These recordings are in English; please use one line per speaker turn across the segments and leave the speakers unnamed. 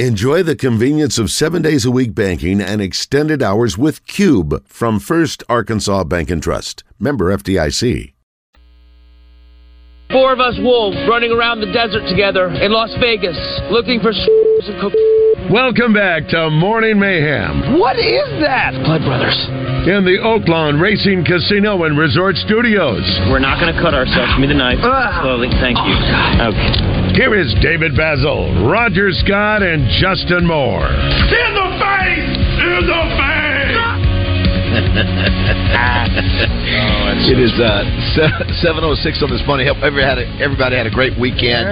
Enjoy the convenience of seven days a week banking and extended hours with Cube from First Arkansas Bank and Trust. Member FDIC.
Four of us wolves running around the desert together in Las Vegas looking for and cocaine.
Welcome back to Morning Mayhem
What is that?
Oh,
Blood Brothers.
in the Oaklawn Racing Casino and Resort Studios. Ah.
We're not going to cut ourselves. Give me the knife. Slowly. Thank you. Okay.
Oh, Here is David Basil, Roger Scott, and Justin Moore.
In the face! In the face!
It is uh, seven oh six on this money. Hope everybody had a, everybody had a great weekend.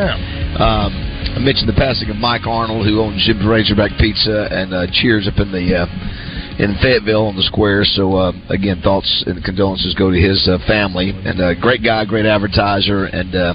Um, I mentioned the passing of Mike Arnold, who owns Jim's Razorback Pizza and uh, Cheers up in the uh, in Fayetteville on the square. So uh, again, thoughts and condolences go to his uh, family. And uh, great guy, great advertiser, and uh,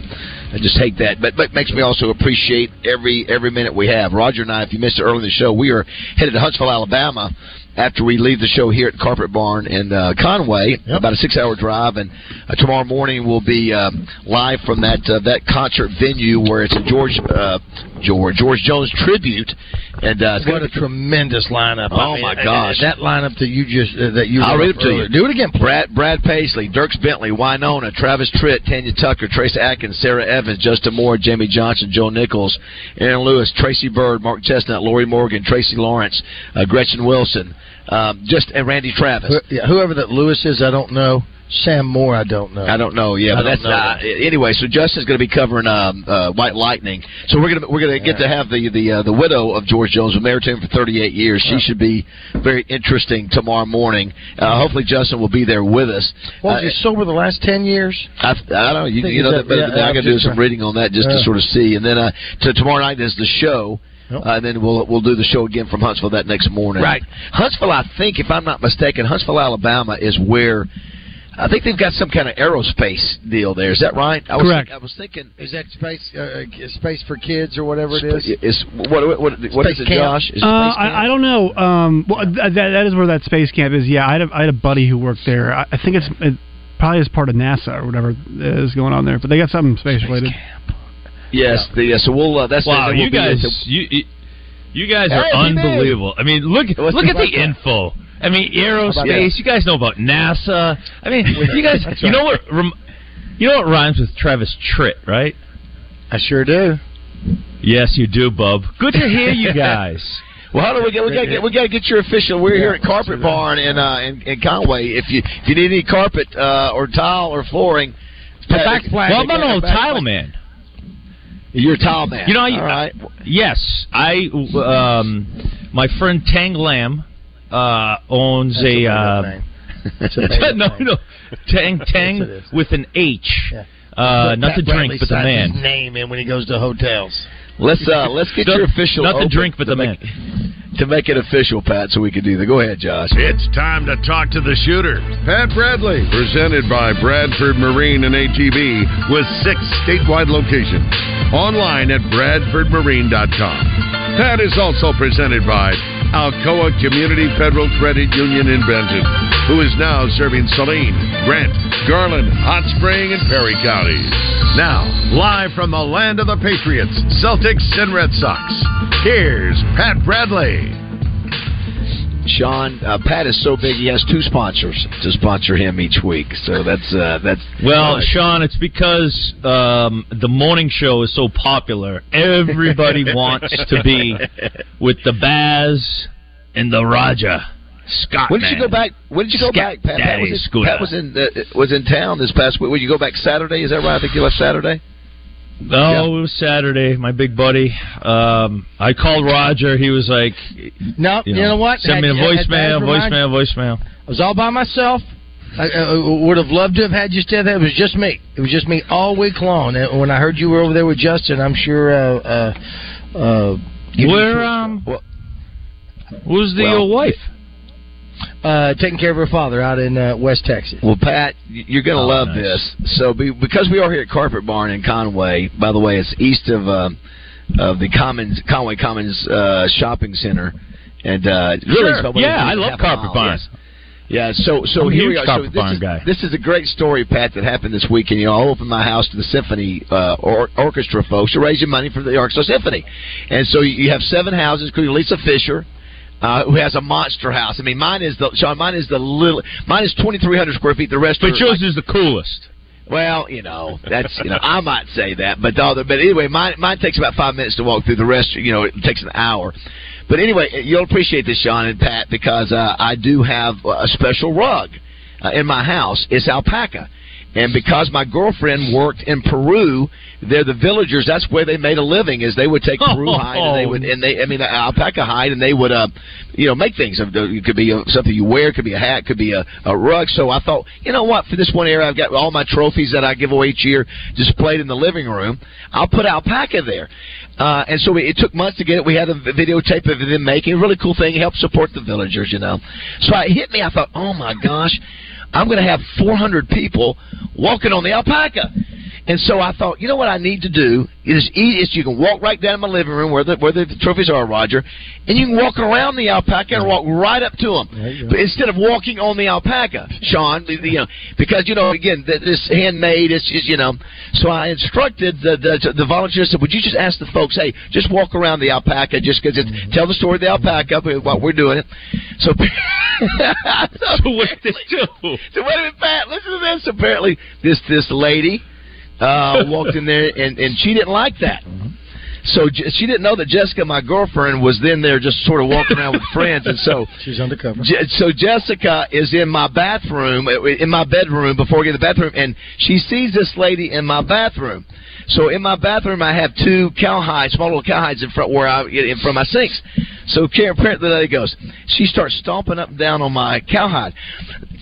I just hate that. But but makes me also appreciate every every minute we have. Roger and I, if you missed it early in the show, we are headed to Huntsville, Alabama. After we leave the show here at Carpet Barn in uh, Conway, about a six-hour drive, and uh, tomorrow morning we'll be um, live from that uh, that concert venue where it's a George uh, George George Jones tribute, and uh, it's
What
gonna
a tremendous lineup!
Oh, my gosh.
That lineup that you just uh, that you.
I'll read it
read
to you. Do it again. Brad Brad Paisley, Dirks Bentley, Winona, Travis Tritt, Tanya Tucker, Trace Atkins, Sarah Evans, Justin Moore, Jamie Johnson, Joe Nichols, Aaron Lewis, Tracy Bird, Mark Chestnut, Lori Morgan, Tracy Lawrence, uh, Gretchen Wilson, um, just and Randy Travis.
Who- yeah, whoever that Lewis is, I don't know. Sam Moore, I don't know.
I don't know. Yeah,
I
but
don't
that's
know
not, anyway. So Justin's going to be covering um, uh, White Lightning. So we're gonna we're gonna get to have the the uh, the widow of George Jones, been married to him for 38 years. She should be very interesting tomorrow morning. Uh, hopefully Justin will be there with us.
Well,
Uh,
was you sober the last ten years?
I, I don't know. You,
Think
you know
it's
that
up-
better
yeah,
than I. I
I'm
got to do
just
some
trying-
reading on that just to
Yeah.
sort of see. And then uh, to tomorrow night is the show.
Yep.
Uh, and then we'll we'll do the show again from Huntsville that next morning.
Right.
Huntsville, I think, if I'm not mistaken, Huntsville, Alabama is where I think they've got some kind of aerospace deal there. Is that right? I was,
Correct.
I was thinking.
Is that space uh, space for kids or whatever it is?
uh, Is what what what, what is
Space
it,
camp.
Josh? Is it
Uh,
space camp?
I, I don't know. Um, well, th- that, that is where that space camp is. Yeah, I had a, I had a buddy who worked there. I, I think it's it probably is part of NASA or whatever is going on there. But they got something space related.
yes, the, yeah. So we'll uh, that's
Wow,
that will
you
be
guys,
it.
you you- you guys are
Hey, we made it.
unbelievable. I mean, look
What's
look
the
at the
question?
info. I mean,
about that?
aerospace. You guys know about NASA. I mean, you guys,
That's
you
right.
know what? Rem, you know what rhymes with Travis Tritt, right?
I sure do.
Yes, you do, bub. Good to hear you guys.
Well, hold on. We got we got to get we got to get your official. We're here at Carpet Barn in uh, in, in Conway. If you if you need any carpet uh, or tile or flooring, uh,
well, I'm an old tile man.
You're a tile man.
You know, I-
all right.
Yes, I. Um, my friend Tang Lam uh, owns
That's
a.
made-up
uh,
name.
no, no, Tang Tang
Yes, it is.
with an H.
Yeah.
Uh,
Pat
not the drink,
Bradley
but the
signs
man.
His name in when he goes to hotels.
Let's uh, let's get
No,
your official.
Not the
open
drink, but
to
the man.
make, to make it official, Pat, so we can do that. Go ahead, Josh.
It's time to talk to the shooter, Pat Bradley, presented by Bradford Marine and ATV with six statewide locations. Online at bradfordmarine.com. Pat is also presented by Alcoa Community Federal Credit Union in Benton, who is now serving Saline, Grant, Garland, Hot Spring, and Perry counties. Now, live from the land of the Patriots, Celtics, and Red Sox, here's Pat Bradley.
Sean, uh, Pat is so big he has two sponsors to sponsor him each week. So that's uh, that's
Well,
Nice.
Sean, it's because um, the morning show is so popular. Everybody wants to be with the Baz and the Raja Scott.
When did you
man.
go back? When did you go
Scat
back, Pat? Pat
Daddy
was in,
Scooter.
Pat was in uh, was in town this past week. Would you go back Saturday? Is that right? I think you left Saturday.
No, it was Saturday. My big buddy. Um, I called Roger. He was like,
No, you,
you know,
know what?
Send me a
Had- had
voicemail,
Baz remind-
voicemail, voicemail.
I was all by myself. I, uh would have loved to have had you stay there. It was just me. It was just me all week long. And when I heard you were over there with Justin, I'm sure. Uh, uh, uh, you-
Where um,
Well-
who's the
Well,
uh, wife?
uh, taking care of her father out in uh, West Texas.
Well, Pat, y- you're going to
Oh,
love
nice.
this. So, be, because we are here at Carpet Barn in Conway, by the way, it's east of uh, of the Commons Conway Commons uh, Shopping Center, and uh, really,
Sure.
it's about within
Yeah,
two
I
and a
love
half
Carpet
miles,
Barn.
yes. Yeah, so so
I'm a
here we
huge
are. So
copper
this,
barn
is,
guy.
this is a great story, Pat, that happened this weekend. You know, I opened my house to the symphony uh, or, orchestra folks. You're raising money for the Arkansas Symphony, and so you you have seven houses, including Lisa Fisher. Uh, who has a monster house? I mean, mine is the Sean. Mine is the little. Mine is twenty three hundred square feet. The rest,
But
are
yours
like-
is the coolest.
well, you know, that's you know, I might say that, but the other, but anyway, mine mine takes about five minutes to walk through. The rest, you know, it takes an hour. But anyway, uh, you'll appreciate this, Sean and Pat, because uh, I do have a special rug uh, in my house. It's alpaca. And because my girlfriend worked in Peru, they're the villagers. That's where they made a living. Is they would take Peru hide and they would, and they, I mean, the alpaca hide, and they would, uh, you know, make things. It could be uh something you wear, it could be a hat, it could be a, a rug. So I thought, you know what? For this one area, I've got all my trophies that I give away each year displayed in the living room. I'll put alpaca there. Uh, and so it took months to get it. We had a v- videotape of them making a really cool thing. Help support the villagers, you know. So it hit me. I thought, oh my gosh, I'm going to have 400 people walking on the alpaca. And so I thought, you know what I need to do is eat. Is you can walk right down to my living room where the where the trophies are, Roger, and you can walk around the alpaca and walk right up to them. But instead of walking on the alpaca, Sean, the- the, you know, because you know again th- this handmade is, is you know. So I instructed the the, the volunteers said, would you just ask the folks, hey, just walk around the alpaca, just because it's tell the story of the alpaca uh, while we're doing it. So so what
they do?
So wait a minute, Pat. Listen to this. Apparently, this this lady uh, walked in there, and and she didn't like that. So Je- she didn't know that Jessica, my girlfriend, was then there just sort of walking around with friends, and so
She's undercover.
Je- so Jessica is in my bathroom, uh, in my bedroom before I get to the bathroom, and she sees this lady in my bathroom. So in my bathroom, I have two cowhides, small little cowhides in front where I in front of my sinks. So Karen, apparently, the lady goes. She starts stomping up and down on my cowhide.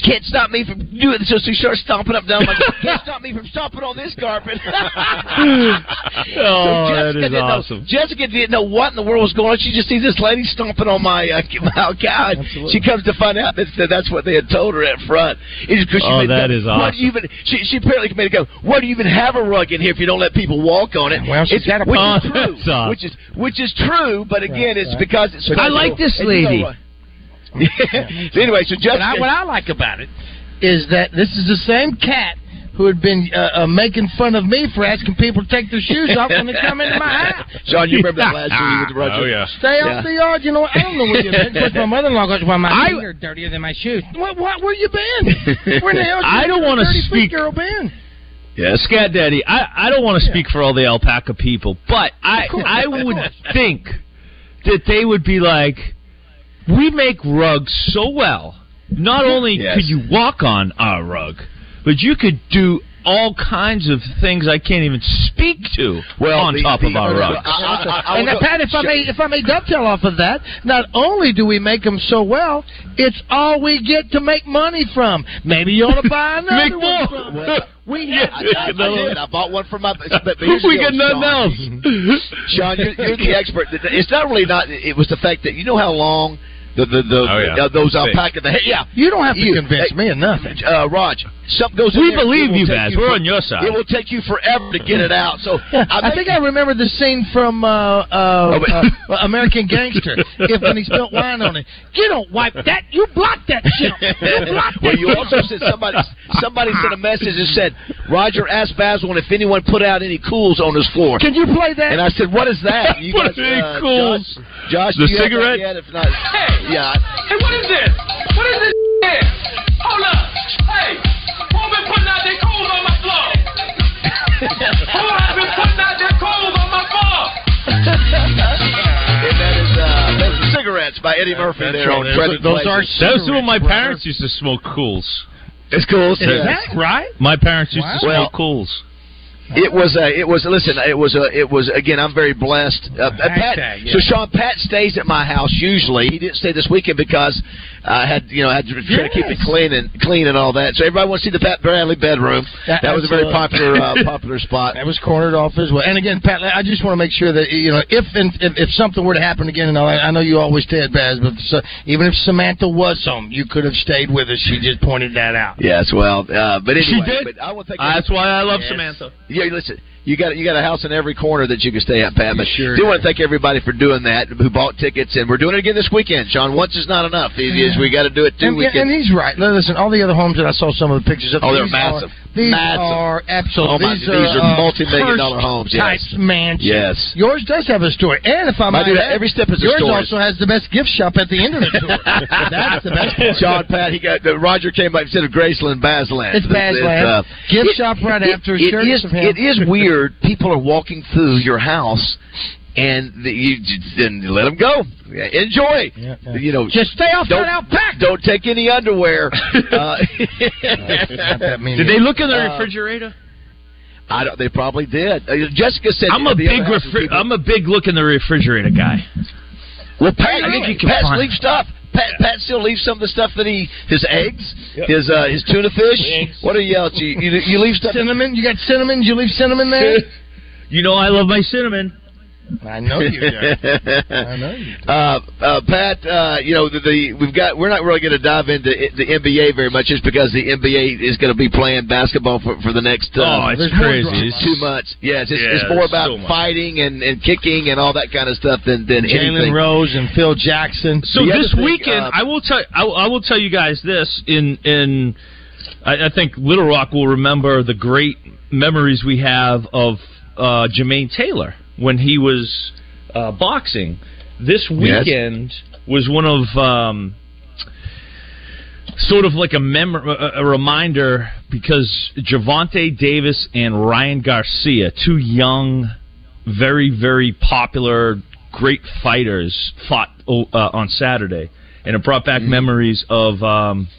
Can't stop me from doing this. So she starts stomping up and down. I'm like, can't stop me from stomping on this carpet.
Oh, that is
Hmm. didn't know-
awesome.
Jessica didn't know what in the world was going on. She just sees this lady stomping on my, uh, my couch. She comes to find out that, that that's what they had told her at front. It's 'cause she
Oh,
made
that
go,
is
What do you even? She, she apparently made it go. What do you even have a rug in here if you don't let people walk on it?
Well, she's
it's,
got a
which
point.
is true.
That's awesome.
Which is which is true, but again, it's because it's.
I
like this
It's no
lady.
rug. so anyway, so Jessica.
What I, what I like about it is that this is the same cat who had been uh, uh, making fun of me for asking people to take their shoes off when they come into my house.
Sean, you remember that last year you went to Roger?
Oh, yeah.
Stay
Yeah.
off the yard, you know. what? I don't know where you've been. Of course, my mother-in-law goes, "Why my feet are dirtier than my shoes." What? What? Where you been? Where in the hell?
I don't wanna
to
speak-
Girl, been.
Yeah, Scat Daddy, I, I don't want to speak for all the alpaca people, but I I would think that they would be like, we make rugs so well. Not only
Yes.
could you walk on our rug, but you could do all kinds of things I can't even speak to
Well,
on
the-
top
the-
of our
I-
rug.
I- I- I
And
will
now,
go-
Pat, if I may, if I may dovetail off of that, not only do we make them so well, it's all we get to make money from. Maybe you ought to buy another
Make
one.
more.
from- We
Yeah.
I, I, I did. I bought one for my. But but here's the
we
deal,
got nothing
Sean.
else.
Sean, you're, you're the expert. It's not really not. It was the fact that you know how long the the, the
Oh, yeah.
uh, those
Thick.
alpaca the yeah.
You don't have to
You-
convince me of nothing.
Uh, Raj, something goes. in
We
there, it
believe
will
you
take
guys. We're
for-
on your side.
It will take you forever to get it out. So
I,
I, Oh,
think I remember the scene from uh, uh,
but-
uh, American Gangster if when he spilled wine on it. You don't wipe that. You block that chump. You block that
well, you
chump.
also said somebody somebody sent a message and said Roger asked Basil if anyone put out any cools on his floor.
Can you play that?
And I said, "What is that?" You uh,
What are they called?
Josh, Josh,
The
do you have that
cigarette?
yet? If not, yeah.
Hey, what is this? What is this here? Hold up. Hey, who been putting out their coals on my floor? who has been putting out their coals on my floor?
And that is uh, that's the cigarettes by Eddie Murphy there on Treasure Places.
Those were my parents used to smoke cools.
It's cool.
Is that right? My parents used to
Wow.
smoke cools.
It was a. It was. Listen. It was a. It was again. I'm very blessed. Uh, uh, Pat,
Hashtag, yeah.
So Sean Pat stays at my house usually. He didn't stay this weekend because I had you know I had to try to keep it clean and clean and all that. So everybody wants to see the Pat Bradley bedroom.
That-
That, was a very popular
absolutely.
uh, popular spot.
That was cornered off as well. And again, Pat, I just want to make sure that you know if and if, if something were to happen again, and all that, I know you always stay at Baz, but so, even if Samantha was home, you could have stayed with us. She just pointed that out.
Yes. Well. Uh, but anyway.
did?
But I will thank.
that's why I love Samantha.
Yeah, listen. You got you got a house in every corner that you can stay at, Pat. But sure do want to thank everybody for doing that who bought tickets, and we're doing it again this weekend. Sean, once is not enough. It is we got to do it two
and,
weekends.
and he's right. Now, Listen, all the other homes that I saw some of the pictures of.
Oh, they're
these
massive.
Are, these
Massive.
are absolutely.
Oh, my-
these,
these are
uh,
multi-million dollar homes,
first
yes.
Type mansion.
Yes.
Yours does have a story, and if I
I
might,
do.
add,
Every step is a
yours
story.
also has the best gift shop at the end of the tour. That's the best. part.
Sean Pat, he got the, Roger came up instead of Graceland, Basland. uh,
It's Badland. Gift shop right after
It
Church
is,
of Him.
it is weird. People are walking through your house, and the, you j- then you let them go. Yeah, Enjoy. You know,
Just stay off
don't,
that alpaca.
Don't take any underwear. uh,
Did they look in the
Uh,
refrigerator?
I don't, they probably did. Uh, Jessica said,
I'm a
the
big
other houses
refri-
people-
I'm a big look in the refrigerator guy.
Well, Pat,
I think you can
Pat
find
leaves stuff. Pat, Pat still leaves some of the stuff that he his eggs, his uh, his tuna fish. What are you else? You, you you leave stuff.
Cinnamon. You got cinnamon. Did you leave cinnamon there?
You know I love my cinnamon.
I know you. do. I know you.
Uh, uh, Pat, uh, you know the, the we've got we're not really going to dive into i- the NBA very much, just because the NBA is going to be playing basketball for, for the next uh,
oh, it's
there's more
crazy.
drama.
It's-
two months. Yeah, it's, it's,
Yeah,
it's more
there's
about
so much.
fighting and, and kicking and all that kind of stuff than than
Jalen
anything.
Rose and Phil Jackson.
So
The other
this
thing,
weekend,
uh,
I will tell I, will- I will tell you guys this. In in, I, I think Little Rock will remember the great memories we have of uh, Jermaine Taylor when he was uh, boxing. This weekend was one of um, sort of like a mem- a a reminder because Javante Davis and Ryan Garcia, two young very, very popular, great fighters fought oh, uh, on Saturday, and it brought
Mm-hmm.
back memories of um,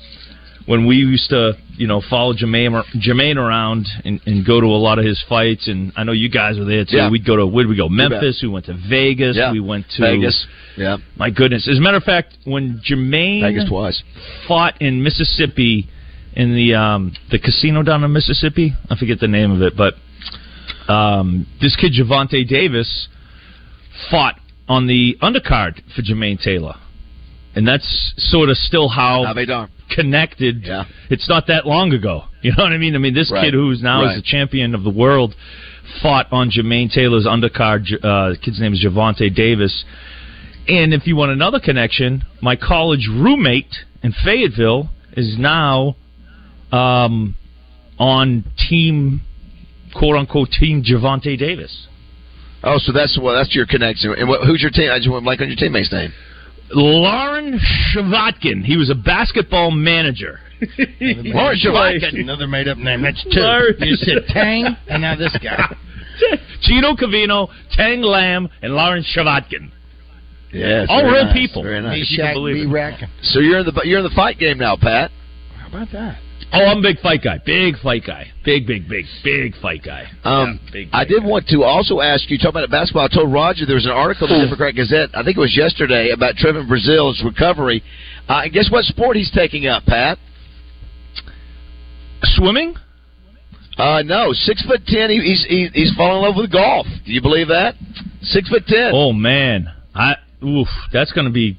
when we used to, you know, follow Jermaine, ar- Jermaine around and, and go to a lot of his fights. And I know you guys were there too.
Yeah.
We'd go to where'd we go?
bet.
Memphis. We went to Vegas.
Yeah.
We went to
Vegas, yeah,
My goodness. As a matter of fact, when Jermaine
Vegas twice.
fought in Mississippi in the um, the casino down in Mississippi. I forget the name of it, but um, this kid Javante Davis fought on the undercard for Jermaine Taylor, and that's sort of still
How
how
they done?
connected.
Yeah.
It's not that long ago. You know what I mean? I mean, this
Right.
kid who's now
Right.
is the champion of the world fought on Jermaine Taylor's undercard. J- Uh, the kid's name is Javante Davis. And if you want another connection, my college roommate in Fayetteville is now um, on team, quote unquote, team Javante Davis.
Oh, so that's well, that's your connection. And what, who's your team? I just want like on your teammate's name.
Lauren Shavatkin. He was a basketball manager.
Lauren Shavatkin.
Another made up name. That's two.
Larry.
You said Tang, and now this guy.
Chino Cavino, Tang Lamb, and Lauren Shavatkin.
Yes,
All
very
real
nice,
people.
Very nice.
you can
Shaq
believe
B.
it.
Rackham.
So you're in the you're in the fight game now, Pat.
How about that?
Oh, I'm a big fight guy. Big fight guy. Big, big, big, big fight guy.
Um,
Yeah, big
I
fight
did
guy.
want to also ask you, talking about basketball, I told Roger there was an article in the Democrat Gazette, I think it was yesterday, about Trevin Brazil's recovery. Uh, and guess what sport he's taking up, Pat?
Swimming?
Uh, no, six foot ten. He, he's he, he's falling in love with golf. Do you believe that? Six foot ten.
Oh man, I oof, that's going to be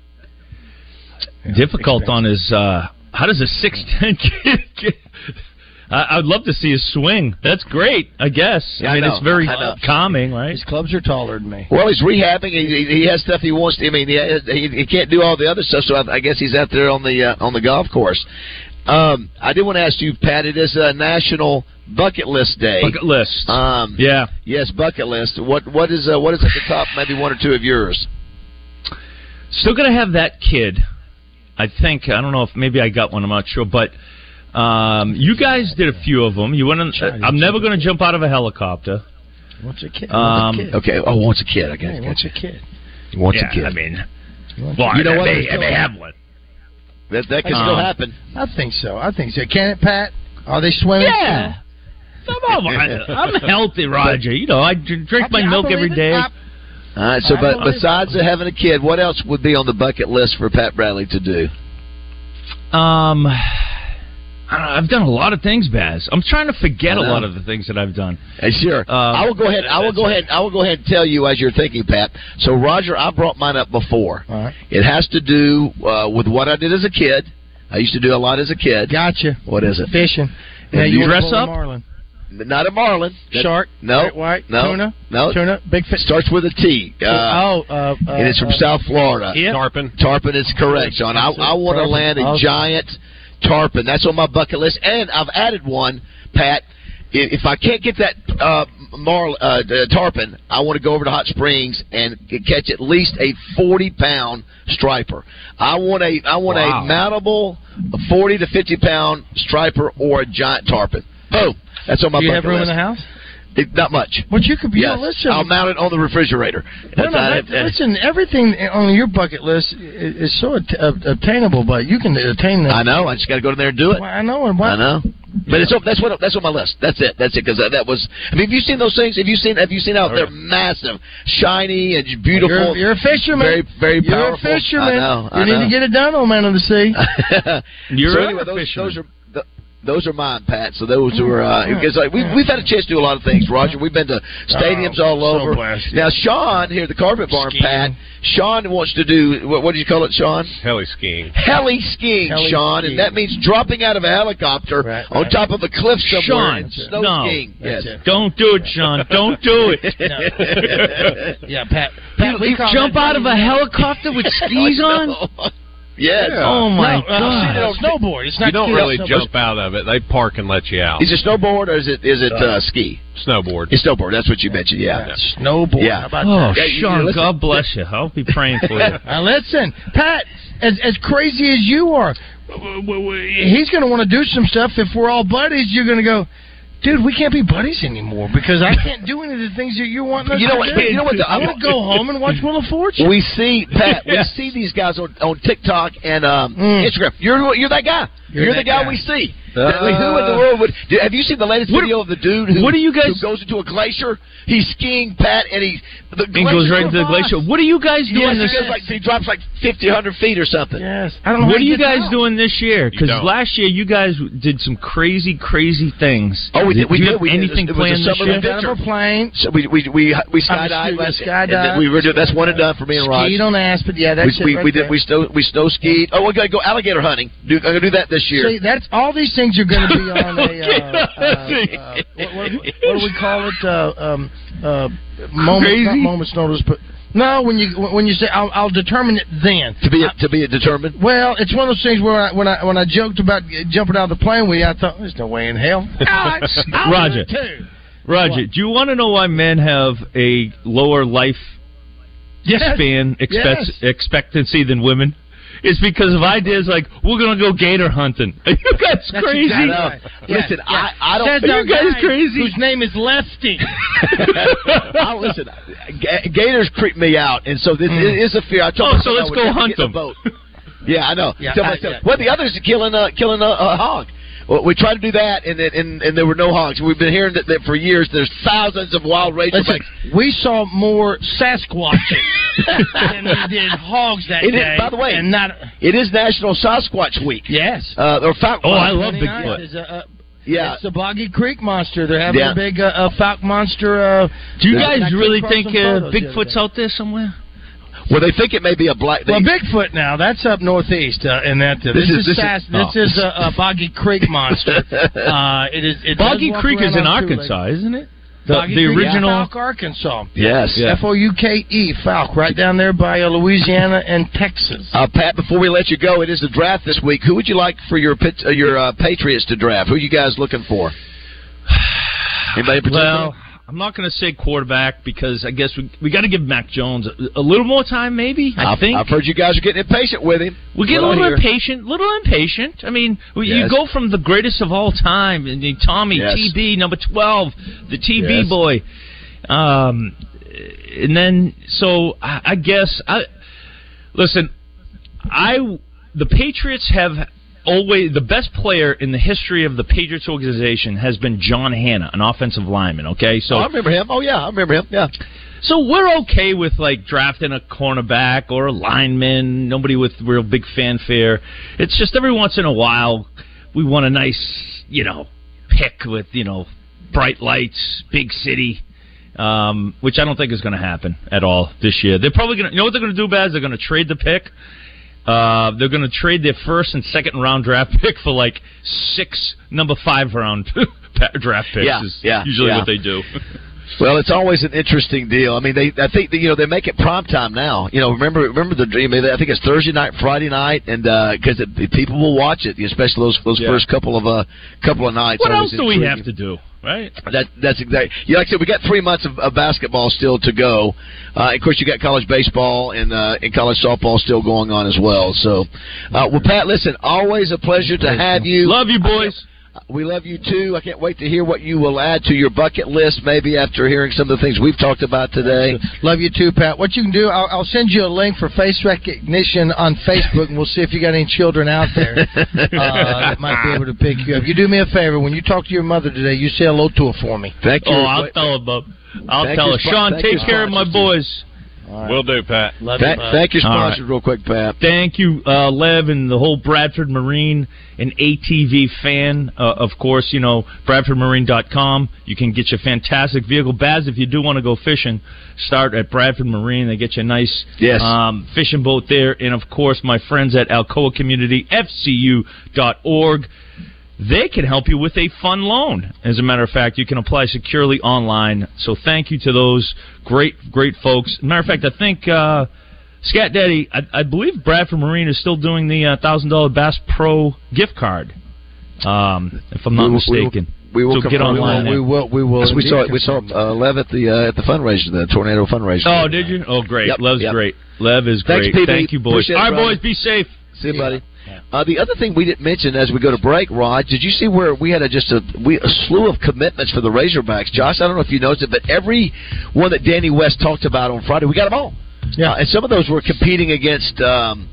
difficult on his. Uh, how does a six ten kid? Get, I, I'd love to see his swing. That's great. I guess.
Yeah, I
I mean,
know.
it's very
I know.
calming, right?
His clubs are taller than me.
Well, he's rehabbing. He, he, he has stuff he wants. To, I mean, he, has- he, he can't do all the other stuff. So I, I guess he's out there on the uh, on the golf course. Um, I did want to ask you, Pat. It is a National Bucket List Day.
Bucket list.
Um,
yeah.
Yes, bucket list. What what is uh, what is at the top? Maybe one or two of yours.
Still going to have that kid. I think. I don't know if maybe I got one. I'm not sure, but. Um, you guys did a few of them. You went. On, I'm never going to jump out of a helicopter.
What's a kid?
Um,
Wants a kid.
Okay. Oh, once a kid. I got
Hey,
it.
wants a kid?
Once
yeah,
a kid.
I mean,
Wants a
well,
You know
I
what?
may, I may have one.
that that can
Um,
still happen.
Uh-huh. I think so. I think so. Can it, Pat? Are they swimming?
Yeah. I'm, all right. I'm healthy, Roger. You know, I dr- drink my
I
milk every
believe it.
day.
I-
All right. So,
I
but
believe it.
besides having a kid, what else would be on the bucket list for Pat Bradley to do?
Um, I don't know, I've done a lot of things, Baz. I'm trying to forget a
I know.
lot of the things that I've done. Uh,
Hey,
Um,
sure. I will go ahead. I will go ahead. I will go ahead and tell you as you're thinking, Pat. So, Roger, I brought mine up before.
All right.
It has to do uh, with what I did as a kid. I used to do a lot as a kid.
Gotcha.
What is it?
Fishing.
Yeah,
Yeah,
you
wanna
dress
pull a
up?
Marlin.
Not a marlin. That-
Shark.
No.
great White.
No.
Tuna.
No.
Tuna. Big fish.
Starts with a T. Uh,
oh. Uh, uh,
and it's from
uh,
South Florida.
yeah.
Tarpon.
Tarpon is correct, John. I, I want to
Tarpon.
land a
Awesome.
giant tarpon. That's on my bucket list, and I've added one, Pat. I- If I can't get that uh, marl uh, d- tarpon, I want to go over to Hot Springs and c- catch at least a forty-pound striper. I want a I want
Wow.
a mountable, a forty to fifty-pound striper or a giant tarpon. Boom! That's on my
Do you
bucket
have room in
list.
the house?
It- not much.
But you could be.
Yes.
listen.
I'll mount it on the refrigerator.
No,
That's
no,
how
that-
that-
listen, everything on your bucket list i- is so at- ob- obtainable, but you can attain that.
I know. Oh, I just got to go in there and do it.
Well, I know, and why?
I know. But it's that's what that's on my list. That's it. That's it. Because that was. I mean, have you seen those things? Have you seen? Have you seen out? They're massive, shiny, and just beautiful.
Oh, You're, you're a fisherman.
very, very
you're
powerful.
a fisherman.
I know. I
you
know.
need to get it done, old man of the sea.
You're
so
a
anyway, those,
fisherman.
those are. th- Those are mine, Pat. So those
Oh,
were uh, because like we, we've had a chance to do a lot of things, Roger. We've been to stadiums all
Oh, so
over.
blessed.
now Sean here, at the Carpet Barn,
Skiing.
Pat. Sean wants to do what, what do you call it, Sean?
Heli skiing.
heli skiing,
Heli
Sean,
skiing.
and that means dropping out of a helicopter
Right,
on
right.
top of a cliff somewhere.
Sean,
and snow
no.
skiing.
That's
yes.
it.
Don't do it, Sean. Don't do it.
it.
Yeah, Pat.
You- you jump out of a helicopter with skis on?
Yes.
Yeah.
Oh my
I've seen it on
god!
snowboard. It's not
You don't
ski,
really
it's snowboard.
jump out of it. They park and let you out.
Is it snowboard or is it is it uh, ski?
Snowboard.
It's snowboard. That's what you mentioned. Yeah.
Yeah, Snowboard.
Yeah.
How about
Oh,
that?
Yeah, you- you
Sean,
listen-
God bless you. I'll be praying for you.
Now listen, Pat. As as crazy as you are, w- w- w- he's going to want to do some stuff. If we're all buddies, you're going to go, dude. We can't be buddies anymore because I can't do any of the things that you're wanting us
You know
to
what-
do.
you know what the-
I want to go home and watch Wheel of Fortune.
We see Pat.
Yes.
We see these guys on, on TikTok and um,
Mm.
Instagram. You're you're that guy. You're,
You're
the guy,
that guy.
we see. I mean, who in the
Uh,
world would? do- Have you seen the latest
what-
video of the dude who,
what do you guys-
who goes into a glacier? He's skiing, Pat, and he the
And goes right into the glacier. What are you guys
Yes,
doing
he,
this?
goes like, he drops like 50, 100 feet or something.
Yes. I don't know.
What are
how he
you
gets
guys
out.
doing this year?
You
Because
don't.
last year you guys did some crazy, crazy things.
Oh, we did- we
you
did.
have
We did. It was-
anything
it was a
planned this
summer
year?
event.
Got out of a plane.
So we we we we skydived.
excuse me,
last-
skydived.
and then We were doing, that's one and done for me and Rod.
Skied on Aspen. Yeah,
We,
that's it
we,
right
we did
there.
we snow we snow skied. Oh, we're gonna go alligator hunting. Do, I'm gonna do that this year.
See, that's all these things are going to be on a. Uh, uh, uh, what, what, what do we call it? Uh, um, uh, moment,
Crazy?
not moments notice, but no. When you when you say I'll, I'll determine it then.
to be to be determined.
Well, it's one of those things where I, when I when I joked about jumping out of the plane with you, I thought there's no way in hell. I, I
Roger.
would too.
Roger, do you want to know why men have a lower life
Yes.
span expect-
Yes.
expectancy than women? It's because of ideas like we're gonna go gator hunting. Are you guys
That's
crazy?
exactly
No.
right.
Listen, I- I don't-
Says
Are
our
you guys
guy
crazy?
Whose name is Lefty.
I listen. Ga- Gators creep me out, and so this is a fear. I told
Oh, so
myself I
let's
would
go
never
hunt
get in a
them.
boat. Yeah, I know.
Yeah,
Tell
I-
myself,
yeah.
well, the others are killing a killing a, a hog. Well, we tried to do that, and, it, and and there were no hogs. We've been hearing that, that for years. There's thousands of wild
Listen,
razorbacks.
we saw more Sasquatches than we did hogs that
It is-
day.
by the way-
and not
It is National Sasquatch Week.
yes.
Uh, or Falcon.
Oh, I love
29th
Bigfoot.
is, uh, uh,
Yeah.
It's the Boggy Creek Monster. They're having
Yeah.
a big uh, uh, Falk Monster. Uh,
Do you
Yeah. I
guys
came
really
across
think uh,
some photos the other
Bigfoot's
day.
out there somewhere?
Well, they think it may be a black. They,
well, Bigfoot now. That's up northeast. Uh, in that uh,
This
this,
is- this is-
is, Sas-
oh.
this is uh, uh, Boggy Creek Monster. Uh, it is. It does
Boggy
walk
Creek
around
is in
on two legs.
Arkansas, isn't it? The,
Boggy
the
Creek is
original.
Falk, Arkansas.
yes.
F O U K E Falk, right down there by uh, Louisiana and Texas.
Uh, Pat, before we let you go, it is the draft this week. Who would you like for your pit- uh, your uh, Patriots to draft? Who you guys looking for? Anybody in particular?
Well, I'm not going to say quarterback because I guess we we got to give Mac Jones a, a little more time, maybe. I
have
think
I've heard you guys are getting impatient with him.
we get a
Well,
little
here-
impatient. Little impatient. I mean, we, you
Yes.
go from the greatest of all time, and the Tommy
Yes.
TB number twelve, the TB
Yes.
boy, um, and then so I, I guess I listen. I the Patriots have always the best player in the history of the Patriots organization has been John Hanna, an offensive lineman. Okay, so
Oh, I remember him. Oh yeah, I remember him. Yeah.
so we're okay with like drafting a cornerback or a lineman, nobody with real big fanfare. It's just every once in a while we want a nice, you know, pick with, you know, bright lights, big city. Um, which I don't think is going to happen at all this year. They're probably going to, you know what they're going to do, Baz? They're going to trade the pick. Uh, they're going to trade their first and second round draft pick for like six number five round draft picks.
Yeah,
is
yeah,
usually
yeah.
what they do.
Well, it's always an interesting deal. I mean, they I think that, you know they make it prime time now. You know, remember remember the dream. I think it's Thursday night, Friday night, and because it people will watch it, especially those those
Yeah.
first couple of uh couple of nights.
what else
Always
do we
intriguing.
have to do? Right.
That that's exactly. Yeah, like I said, we got three months of, of basketball still to go. Uh, of course, you got college baseball and uh, and college softball still going on as well. So, uh, well, Pat, listen, always a pleasure to have you. Uh,
Love you, boys.
We love you too. I can't wait to hear what you will add to your bucket list. Maybe after hearing some of the things we've talked about today.
Love you too, Pat. What you can do, I'll, I'll send you a link for face recognition on Facebook, and we'll see if you got any children out there uh, that might be able to pick you up. You do me a favor when you talk to your mother today, you say hello to her for me.
Thank
Oh, I'll tell her, Bub. I'll
Thank
tell
you,
her.
Sp-
Sean,
thank
take
you,
care of my boys.
Will do, Pat.
Love
Thank, thank your
All right.
sponsors, real quick, Pat.
Thank you, uh, Lev, and the whole Bradford Marine and ATV fan. Uh, of course, you know, BradfordMarine.com. You can get your fantastic vehicle. Baz, if you do want to go fishing, start at Bradford Marine. They get you a nice
Yes.
um, fishing boat there. And, of course, my friends at Alcoa Community, FCU.org. They can help you with a fun loan. As a matter of fact, you can apply securely online. So thank you to those great, great folks. Matter of fact, I think uh, Scat Daddy, I, I believe Bradford Marine is still doing the uh, thousand dollar Bass Pro gift card. Um, if I'm not
We will- we will-
mistaken,
We will
so
come
get online.
We
there.
will. We will. we saw.
indeed
We saw uh, Lev at the uh, at the fundraiser, the tornado fundraiser.
Oh, did you? Oh, great.
Yep,
Lev's
yep.
great. Lev is
Thanks,
great.
PB.
Thank you, boys.
Appreciate it,
All right,
brother.
boys, be safe.
See you, buddy. Uh, the other thing we didn't mention as we go to break, Rod, did you see where we had a, just a we a slew of commitments for the Razorbacks? Josh, I don't know if you noticed it, but every one that Danny West talked about on Friday, we got them all. Yeah, and some of those were competing against. Um,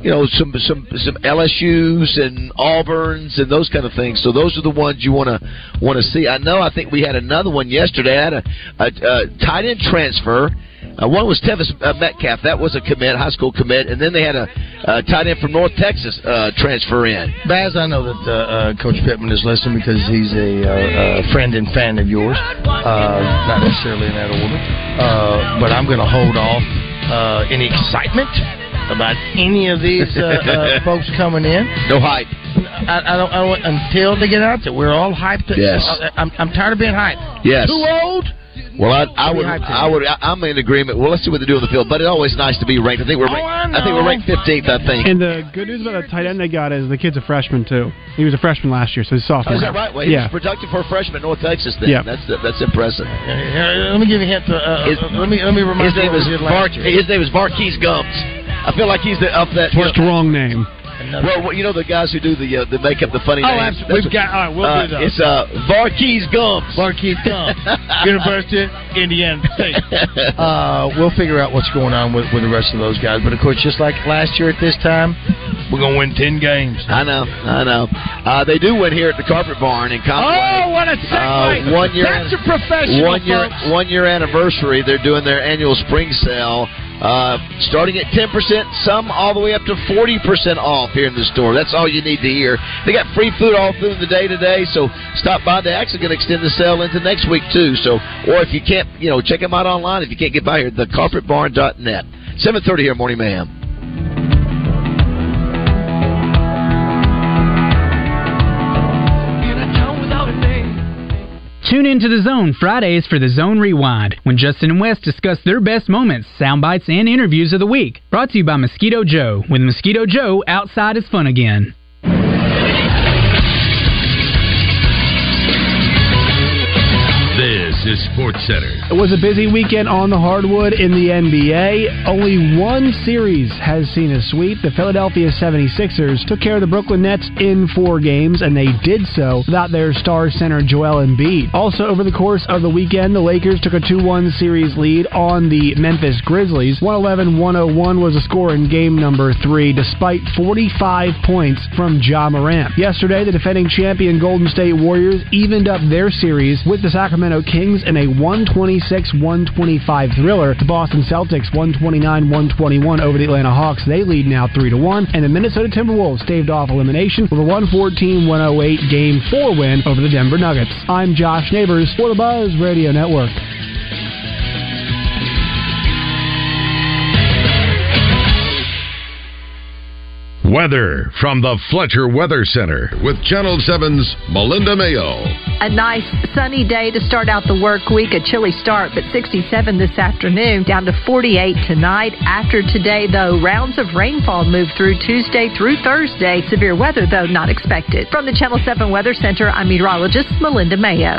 you know some some some LSU's and Auburn's and those kind of things. So those are the ones you want to want to see. I know. I think we had another one yesterday. I had a, a, a tight end transfer. Uh, one was Tevis uh, Metcalf. That was a commit, high school commit, and then they had a, a tight end from North Texas uh, transfer in.
Baz, I know that uh, uh, Coach Pittman is listening because he's a uh, uh, friend and fan of yours. Uh, not necessarily in that order, uh, but I'm going to hold off uh, any excitement about any of these uh, uh, folks coming in.
No hype.
I, I don't. I don't until they get out there. We're all hyped.
Yes.
I, I'm, I'm tired of being hyped.
Yes.
Too old.
Well, I, I would,
Pretty
I
high
would, I, I'm in agreement. Well, let's see what they do on the field, but it's always nice to be ranked. I think we're,
Oh,
ranked, I
I
think we're
know.
ranked 15th. I think.
And uh, the good news about the tight end they got is the kid's a freshman too. He was a freshman last year, so he's a
Oh,
sophomore.
is that right? Well, he
yeah.
was productive for a freshman at North Texas. Then
Yeah.
that's that's impressive.
Here, let me give you a hint. Uh, uh,
His-
let me let me remind
His
you.
name
what
is
we did last
Bar-
year.
his name is Marquise Gums. I feel like he's the, of that. You
What's the
know,
wrong name?
well, well, you know the guys who do the uh, the make up the funny
Oh,
names.
absolutely. We've got. All right, we'll
uh,
do those.
It's uh, Marquise Gums.
Marquise Gump, University of Indiana State. Uh, we'll figure out what's going on with, with the rest of those guys. But of course, just like last year at this time, we're gonna win ten games.
I know, I know. Uh, they do win here at the Carpet Barn in
Oh,
Conway.
what a
segue. Uh, one year- That's
That's
a
a professional.
one year, one year anniversary. They're doing their annual spring sale, uh, starting at ten percent, some all the way up to forty percent off here in the store. That's all you need to hear. They got free food all through the day today, so stop by. They're actually going to extend the sale into next week too. So, or if you can't, you know, check them out online. If you can't get by here, thecarpetbarn.net. Seven thirty here, morning, ma'am.
Tune into The Zone Fridays for The Zone Rewind, when Justin and Wes discuss their best moments, sound bites, and interviews of the week. Brought to you by Mosquito Joe. With Mosquito Joe, outside is fun again.
This is Sports Center.
It was a busy weekend on the hardwood in the NBA. Only one series has seen a sweep. The Philadelphia 76ers took care of the Brooklyn Nets in four games, and they did so without their star center Joel Embiid. Also, over the course of the weekend, the Lakers took a 2 1 series lead on the Memphis Grizzlies. 111 101 was the score in game number three, despite 45 points from Ja Morant. Yesterday, the defending champion Golden State Warriors evened up their series with the Sacramento Kings in a 126 125 thriller. The Boston Celtics 129 121 over the Atlanta Hawks. They lead now 3 1. And the Minnesota Timberwolves staved off elimination with a 114 108 game 4 win over the Denver Nuggets. I'm Josh Neighbors for the Buzz Radio Network.
Weather from the Fletcher Weather Center with Channel 7's Melinda Mayo.
A nice sunny day to start out the work week. A chilly start, but 67 this afternoon, down to 48 tonight. After today, though, rounds of rainfall move through Tuesday through Thursday. Severe weather, though, not expected. From the Channel 7 Weather Center, I'm meteorologist Melinda Mayo.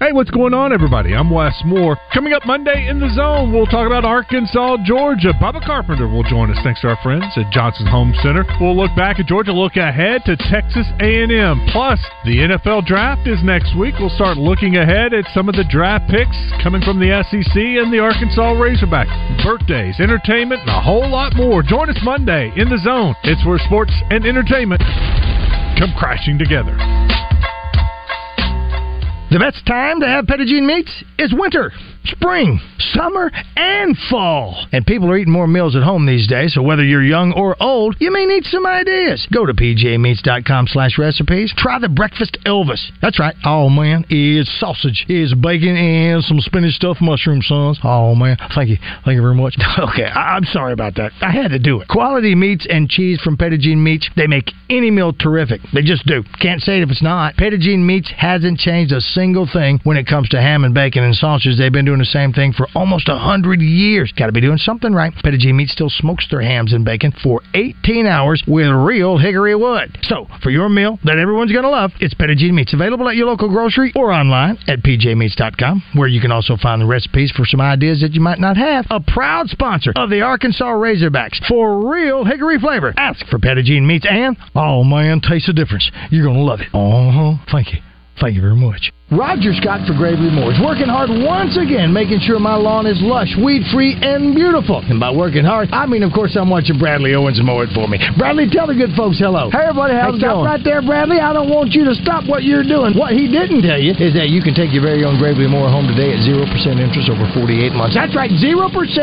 Hey, what's going on, everybody? I'm Wes Moore. Coming up Monday in the zone, we'll talk about Arkansas, Georgia. Bubba Carpenter will join us thanks to our friends at Johnson Home Center. We'll look back at Georgia, look ahead to Texas A&M. Plus, the NFL draft is next week. We'll start looking ahead at some of the draft picks coming from the SEC and the Arkansas Razorback. Birthdays, entertainment, and a whole lot more. Join us Monday in the zone. It's where sports and entertainment come crashing together.
The best time to have Pettigene meats is winter, spring, summer, and fall. And people are eating more meals at home these days, so whether you're young or old, you may need some ideas. Go to pjmeats.com slash recipes. Try the Breakfast Elvis. That's right. Oh, man, it's sausage, it's bacon, and some spinach stuffed mushroom, sons. Oh, man, thank you. Thank you very much. okay, I- I'm sorry about that. I had to do it. Quality meats and cheese from Pettigene Meats, they make any meal terrific. They just do. Can't say it if it's not. Pettigene Meats hasn't changed a single thing when it comes to ham and bacon and sausage. They've been doing the same thing for almost a 100 years. Got to be doing something right. Pettigene Meats still smokes their hams and bacon for 18 hours with real hickory wood. So, for your meal that everyone's going to love, it's Pettigene Meats. Available at your local grocery or online at pjmeats.com, where you can also find the recipes for some ideas that you might not have. A proud sponsor of the Arkansas Razorbacks for real hickory flavor. Ask for Pettigene Meats and, oh man, taste the difference. You're going to love it. Uh huh. Thank you. Thank you very much. Roger Scott for Gravely Moors, working hard once again, making sure my lawn is lush, weed free, and beautiful. And by working hard, I mean, of course, I'm watching Bradley Owens mow it for me. Bradley, tell the good folks hello. Hey, everybody,
how's it
stop
going?
right there, Bradley. I don't want you to stop what you're doing. What he didn't tell you is that you can take your very own Gravely Moore home today at 0% interest over 48 months. That's right, 0%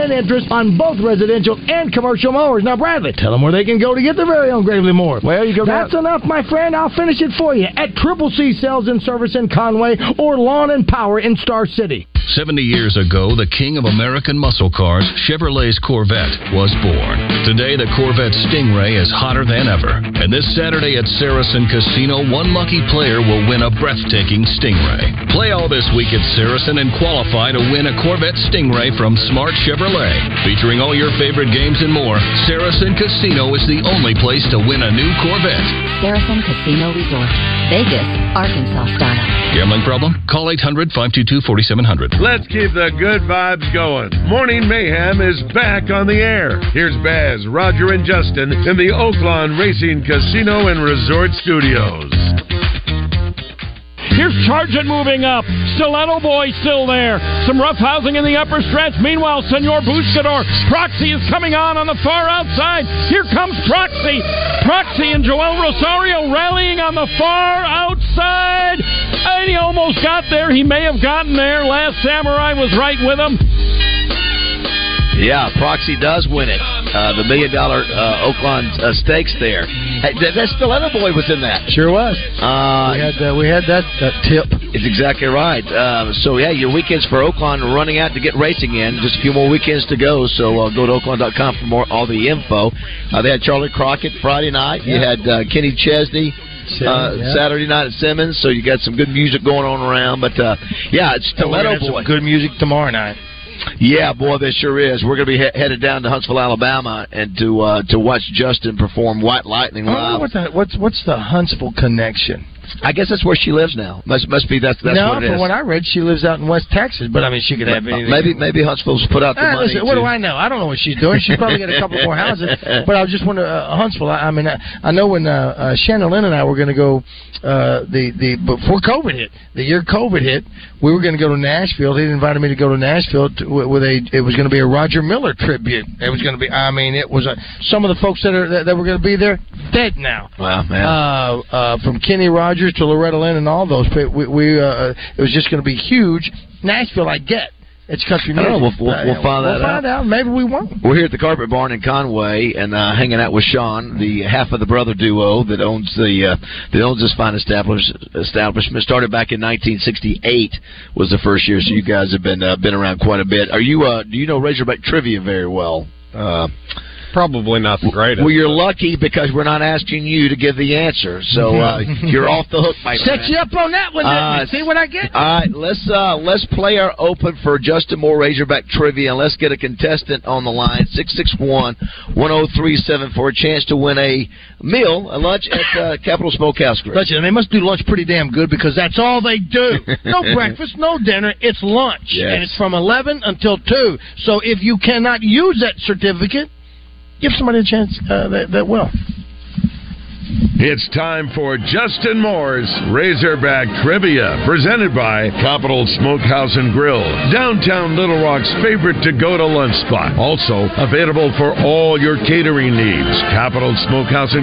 interest on both residential and commercial mowers. Now, Bradley, tell them where they can go to get their very own Gravely Moore. Well, you go That's enough, my friend. I'll finish it for you at Triple C Sales and Service in Conway or Lawn and Power in Star City.
70 years ago, the king of American muscle cars, Chevrolet's Corvette, was born. Today, the Corvette Stingray is hotter than ever. And this Saturday at Saracen Casino, one lucky player will win a breathtaking Stingray. Play all this week at Saracen and qualify to win a Corvette Stingray from Smart Chevrolet. Featuring all your favorite games and more, Saracen Casino is the only place to win a new Corvette.
Saracen Casino Resort, Vegas, Arkansas style.
Gambling problem? Call 800 522 4700.
Let's keep the good vibes going. Morning Mayhem is back on the air. Here's Baz, Roger, and Justin in the Oaklawn Racing Casino and Resort Studios.
Here's Chargent moving up. Stiletto Boy still there. Some rough housing in the upper stretch. Meanwhile, Senor Buscador. Proxy is coming on on the far outside. Here comes Proxy. Proxy and Joel Rosario rallying on the far outside. And he almost got there. He may have gotten there. Last Samurai was right with him.
Yeah, Proxy does win it. Uh, the million dollar uh, Oakland uh, stakes there. Hey, that, that Stiletto Boy was in that.
Sure was.
Uh,
we, had, uh, we had that, that tip.
It's exactly right. Uh, so, yeah, your weekends for Oakland are running out to get racing in. Just a few more weekends to go. So, uh, go to oakland.com for more all the info. Uh, they had Charlie Crockett Friday night. You
Yeah.
had uh, Kenny Chesney. Uh,
Simmons, yeah.
Saturday night at Simmons, so you got some good music going on around. But uh, yeah, it's Stiletto
We're gonna have some
Boy.
Good music tomorrow night.
Yeah, boy, there sure is. We're going to be he- headed down to Huntsville, Alabama, and to uh, to watch Justin perform White Lightning
I wonder
live.
what the, what's what's the Huntsville connection?
I guess that's where she lives now. Must must be that's that's
no,
what it
from
is.
what I read, she lives out in West Texas. But I mean, she could have anything.
Maybe maybe Huntsville's put out the
Ah,
money.
listen, what
to-
do I know? I don't know what she's doing. She's probably got a couple more houses. But I was just wondering, uh, Huntsville. I, I mean, I, I know when uh, uh, Shannon Lynn and I were going to go uh, the the before COVID hit, the year COVID hit, we were going to go to Nashville. He invited me to go to Nashville to, with a. It was going to be a Roger Miller tribute. It was going to be. I mean, it was a, some of the folks that are that, that were going to be there dead now.
Wow, man.
Uh, uh, from Kenny Rogers to Loretta Lynn and all those. pe- We, we uh, it was just going to be huge. Nashville, I get. It's country
I don't
music.
know. We'll- we'll- we'll find that
We'll find out. Maybe we won't.
We're here at the Carpet Barn in Conway, and uh, hanging out with Sean, the half of the brother duo that owns the uh, that owns this fine establish, establishment. Started back in 1968 was the first year, so you guys have been uh, been around quite a bit. Are you? Uh, do you know Razorback trivia very well? Uh,
Probably not the greatest.
well, you're lucky because we're not asking you to give the answer, so uh, you're off the hook, my
Set
friend.
you up on that one.
Uh,
Uh, see what I get.
All right, let's uh, let's play our open for Justin Moore Razorback trivia, and let's get a contestant on the line six six one one zero three seven for a chance to win a meal, a lunch at uh, Capital Smokehouse. Grill.
Listen, they must do lunch pretty damn good because that's all they do. No breakfast, no dinner. It's lunch,
Yes.
and it's from eleven until two. So if you cannot use that certificate, give somebody a chance uh, that, that will.
It's time for Justin Moore's Razorback Trivia, presented by Capital Smokehouse and Grill, downtown Little Rock's favorite to go to lunch spot. Also available for all your catering needs.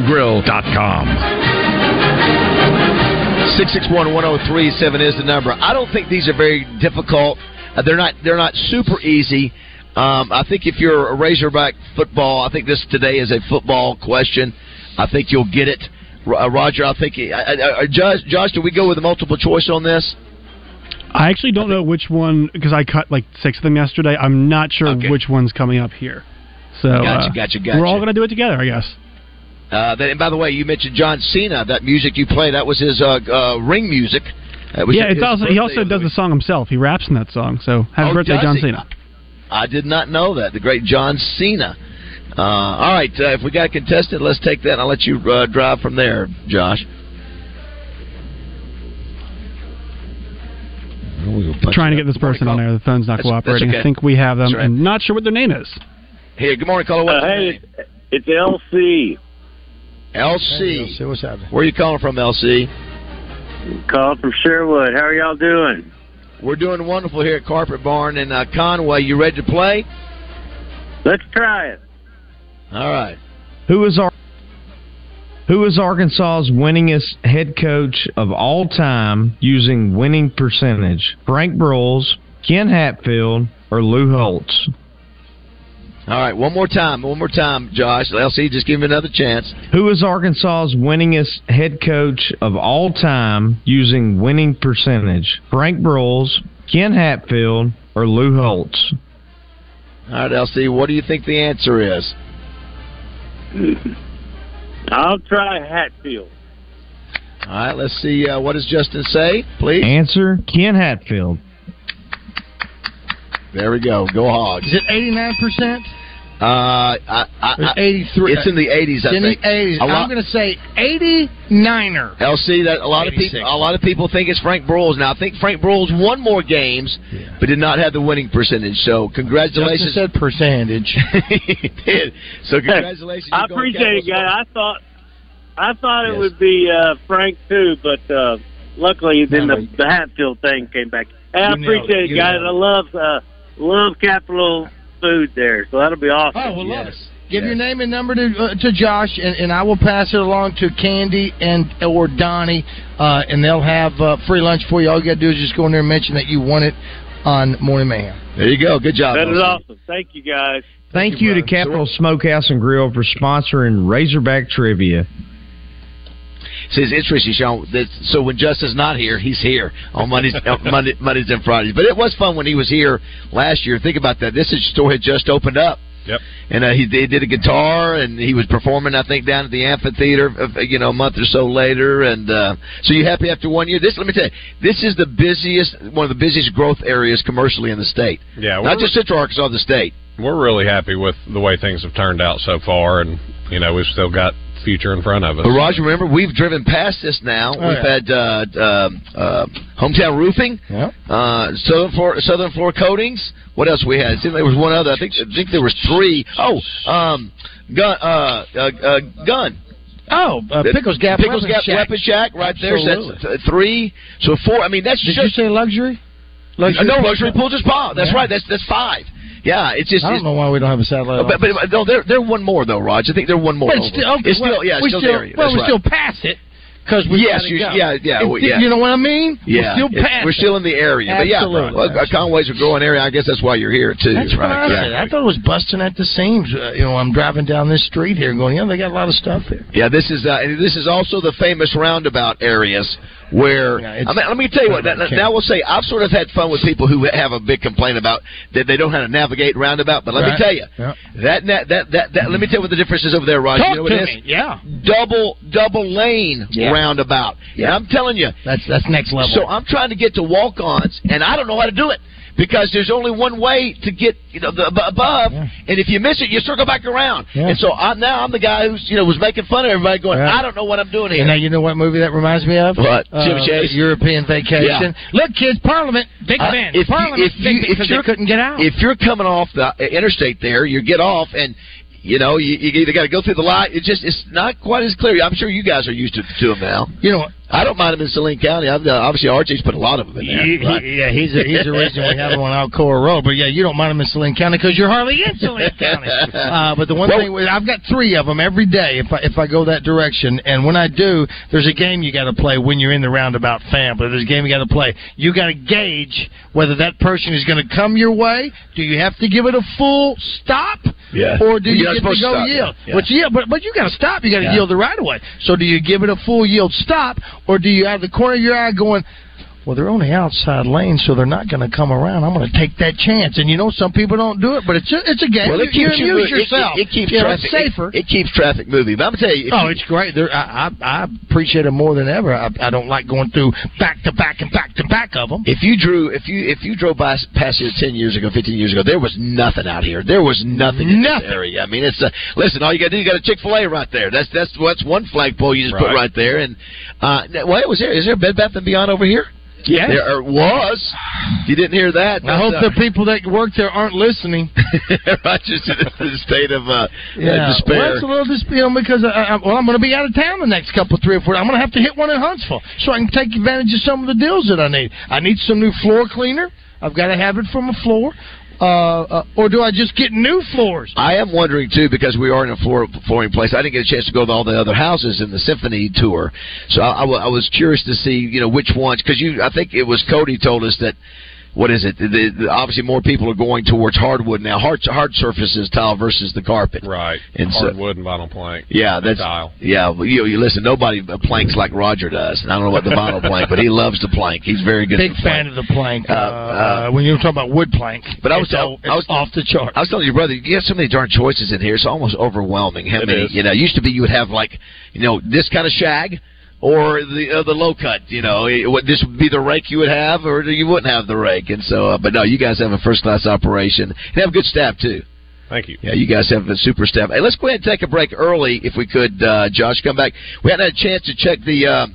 CapitalSmokehouseandGrill.com.
Six six one one zero three seven is the number. I don't think these are very difficult. Uh, they're not. They're not super easy. Um, I think if you're a Razorback football, I think this today is a football question. I think you'll get it, Ro- uh, Roger. I think. I, I, I, Josh, Josh, do we go with a multiple choice on this?
I actually don't know which one because I cut like six of them yesterday. I'm not sure which one's coming up here. So
Gotcha,
uh,
gotcha, gotcha.
We're all going to do it together, I guess.
Uh, that, and by the way, you mentioned John Cena. That music you play, that was his uh, uh, ring music. That was
yeah,
his
it's also he
birthday
also
on the
does the song himself. He raps in that song. So happy
Oh,
birthday,
does
John
he?
Cena.
I did not know that. The great John Cena. Uh, all right, uh, if we got a contestant, let's take that and I'll let you uh, drive from there, Josh.
Trying to get this person on there. The phone's not
That's- that's
cooperating.
okay.
I think we have them,
That's right.
and not sure what their name is.
Here, good morning, caller. What's your name?
It's LC.
LC.
what's happening?
Where are you calling from, LC?
Calling from Sherwood. How are y'all doing?
We're doing wonderful here at Carpet Barn in uh, Conway. You ready to play?
Let's try it.
All right.
Who is our who is Arkansas's winningest head coach of all time using winning percentage? Frank Broyles, Ken Hatfield, or Lou Holtz?
All right, one more time, one more time, Josh. LC, just give him another chance.
Who is Arkansas's winningest head coach of all time using winning percentage? Frank Broyles, Ken Hatfield, or Lou Holtz?
All right, LC, what do you think the answer is?
I'll try Hatfield.
All right, let's see. Uh, what does Justin say, please?
Answer Ken Hatfield.
There we go. Go Hogs.
Is it eighty nine percent?
Uh, I, I, I,
Eighty three.
It's in the 80s, I
in
think.
the eighties.
A lot-
I'm going to say eighty niner.
LC, that a lot of
86.
people, a lot of people think it's Frank Broyles. Now, I think Frank Broyles won more games, but did not have the winning percentage. So,
Justin
Oh, congratulations.
said percentage.
he did. So, congratulations.
I
You're going
appreciate it,
Cowboys.
guy. I thought I thought it
Yes.
would be uh, Frank too, but uh, luckily then
No,
the, the Hatfield thing came back. Hey, I
You nailed it.
appreciate it,
You
guys.
nailed
I love uh, love Capital Food there, so that'll be awesome.
Oh, well, love Give your name and number to uh, to Josh, and, and I will pass it along to Candy and or Donnie, uh, and they'll have uh, free lunch for you. All you got to do is just go in there and mention that you won it on Morning Mayhem.
There you go. Good job.
That is
LC.
awesome. Thank you, guys.
Thank, you, to Capital Smokehouse and Grill for sponsoring Razorback Trivia.
See, it's interesting, Sean. That, so when Justin's not here, he's here on Mondays, uh, Monday, Mondays and Fridays. But it was fun when he was here last year. Think about that. This is- store had just opened up.
Yep.
And uh, he, he did a guitar, and he was performing, I think, down at the amphitheater, uh, you know, a month or so later. And uh, so you happy after one year? This, let me tell you, this is the busiest, one of the busiest growth areas commercially in the state.
Yeah,
Not
we're-
just Central Arkansas, the state.
We're really happy with the way things have turned out so far, and you know we've still got future in front of us.
But Roger, remember we've driven past this now.
Oh,
we've
yeah.
had uh, um uh, hometown roofing, uh, southern floor, southern floor coatings. What else we had? See, There was one other. I think I think there was three. Oh, um, gun, uh, uh, uh, gun.
Oh, uh, Pickles Gap
Pickles
Weapon
Gap
Shack.
Weapon Shack, right there. So that's
Absolutely.
th- three. So four. I mean, that's
Did
just
you say luxury?
no luxury pools and spa. That's
Yeah.
right. That's that's five. Yeah, Ah, it's just.
I
it's-
don't know why we don't have a satellite.
but, but, no, they're they're one more though, Raj. I think they're one more.
Oh. But
over.
it's still, okay,
it's
well,
still yeah, it's
we
still,
still
the area.
well,
That's
we
right.
still pass it. because we
Yes,
gotta
you-
go.
yeah, yeah,
If-
well, yeah.
You know what I mean?
Yeah,
we're still
it's-
past.
we're still in the area, but yeah,
Absolutely.
well, uh, Conway's a growing area. I guess that's why you're here too,
That's what
right?
I said. I thought it was busting at the seams. Uh, you know, I'm driving down this street here, going, yeah, they got a lot of stuff here.
Yeah, this is uh, and this is also the famous roundabout areas where I mean, let me tell you what. Now, now we'll say I've sort of had fun with people who have a big complaint about that they don't know how to navigate roundabout. But let me
Right.
tell you
Yeah.
that, na- that that that let me tell you what the difference is over there, Rod.
Talk
you know what
to
it is?
me. Yeah.
Double double lane
Yeah.
roundabout. And I'm telling you,
that's that's next level.
So I'm trying to get to walk-ons, and I don't know how to do it because there's only one way to get you know the, ab- above, and if you miss it, you circle back around.
Yeah.
And so I, now I'm the guy who's you know was making fun of everybody, going,
Yeah.
I don't know what I'm doing here.
And now you know what movie that reminds me of?
What?
Uh,
Jimmy Chase?
European Vacation. Look, kids, Parliament, big
Uh,
fan.
if you-
Parliament,
if you-
big fan,
if
'cause
you're-
they couldn't get out.
If you're coming off the interstate there, you get off and. You know, you, you either got to go through the lot. It just it's not quite as clear. I'm sure you guys are used to, to them now.
You know,
I don't mind them in Saline County. I've, uh, obviously, RJ's put a lot of them in there.
He- he-
right?
yeah, he's a, he's the reason we have him on Alcoa Road. But yeah, you don't mind him in Saline County because you're hardly in Saline County. Uh, but the one
Well-
thing with- I've got three of them every day if I, if I go that direction. And when I do, there's a game you got to play when you're in the roundabout fam. But there's a game you got to play. You got to gauge whether that person is going to come your way. Do you have to give it a full stop?
Yeah.
Or do you
You're not
get to
supposed to
go
stop,
yield?
yeah.
Which yeah, but but you got to stop. You got to
Yeah.
yield the right of way. So do you give it a full yield stop, or do you out of the corner of your eye going? Well, they're on the outside lane, so they're not going to come around. I'm going to take that chance. And you know, some people don't do it, but it's a, it's a game.
Well, it
you, you
keeps you
amuse
moving. It- it-
yourself.
it keeps
you know,
traffic-
It's safer.
It keeps traffic moving. But I'm gonna tell you, if
Oh,
you-
it's great. There, I, I I appreciate it more than ever. I, I don't like going through back to back and back to back of them.
If you drew, if you if you drove by past here ten years ago, fifteen years ago, there was nothing out here. There was nothing in this
Nothing.
area. I mean, it's a, listen. All you got to do, you got a Chick Fil A right there. That's that's what's one flagpole you just put
Right.
right there. And uh, well, it was there. Is there a Bed Bath and Beyond over here?
Yes.
there or was. You didn't hear that.
I hope
That's,
the people that work there aren't listening.
uh, Rochester is in a state of uh, uh,
Well,
despair.
that's a little dispute because I, I, well, I'm going to be out of town the next couple three or four. I'm going to have to hit one in Huntsville so I can take advantage of some of the deals that I need. I need some new floor cleaner. I've got to have it from a floor, uh, uh, or do I just get new floors?
I am wondering too because we are in a floor, flooring place. I didn't get a chance to go to all the other houses in the symphony tour, so I, I wa- I was curious to see you know which ones because you I think it was Cody told us that what is it? The, the, obviously, more people are going towards hardwood now. Hard hard surfaces tile versus the carpet.
Right.
And so-
Hardwood and vinyl plank.
Yeah, that's
tile.
yeah. well, You, you listen. Nobody planks like Roger does. And I don't know about the vinyl plank, but he loves the plank. He's very good.
Big
at the plank.
fan of the plank. Uh, uh, when you were talking about wood plank,
But I was
it's all-
tell- I was
off the chart.
I was telling you, brother, you have so many darn choices in here. It's almost overwhelming. How
It
many?
is.
You know, it used to be you would have like, you know, this kind of shag or the uh, the low cut. You know, it, what, this would be the rake you would have, or you wouldn't have the rake. And so, uh, but no, you guys have a first class operation and have good staff too.
Thank you.
Yeah, you guys have a super staff. Hey, let's go ahead and take a break early if we could, uh, Josh. Come back. We hadn't had a chance to check the. Uh,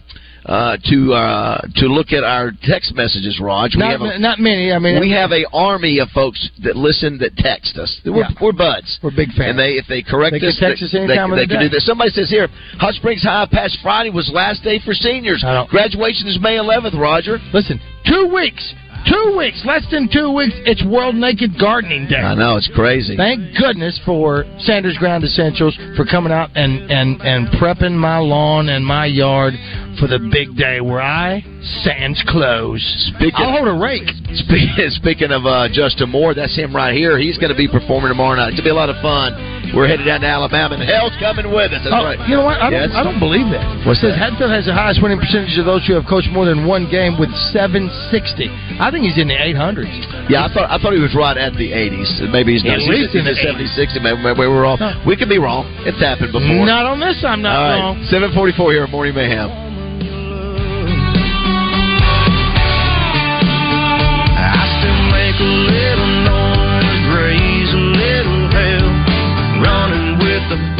uh, to uh, to look at our text messages, Raj. We
Not,
have a,
not many. I mean, uh,
we have a army of folks that listen that text us. We're,
Yeah.
we're buds. We're
big fans.
And they if they correct
They can
us,
text us any
they,
time of
they
the
can
day.
do this. Somebody says here, Hot Springs High Pass Friday was last day for seniors.
I don't-
Graduation is May 11th. Roger,
listen. two weeks, two weeks, less than two weeks. It's World Naked Gardening Day.
I know it's crazy.
Thank goodness for Sanders Ground Essentials for coming out and, and, and prepping my lawn and my yard for the big day where I sands clothes.
Speaking-
I'll hold a rake.
Speaking, speaking of uh, Justin Moore, that's him right here. He's going to be performing tomorrow night. It's going to be a lot of fun. We're headed down to Alabama, and hell's coming with us. That's
Oh,
right.
You know what? I don't,
Yes.
I don't believe that.
What's
it says
that?
Hatfield has the highest winning percentage of those who have coached more than one game with 760. I think he's in the 800s.
Yeah, I thought I thought he was right at the 80s. Maybe he's not.
At least in the
70s, 60s. Maybe, maybe we're wrong. We could be wrong. It's happened before.
Not on this, I'm not
All right,
wrong.
744 here at Morning Mayhem.
I still make a little noise, raise a little hell, running with the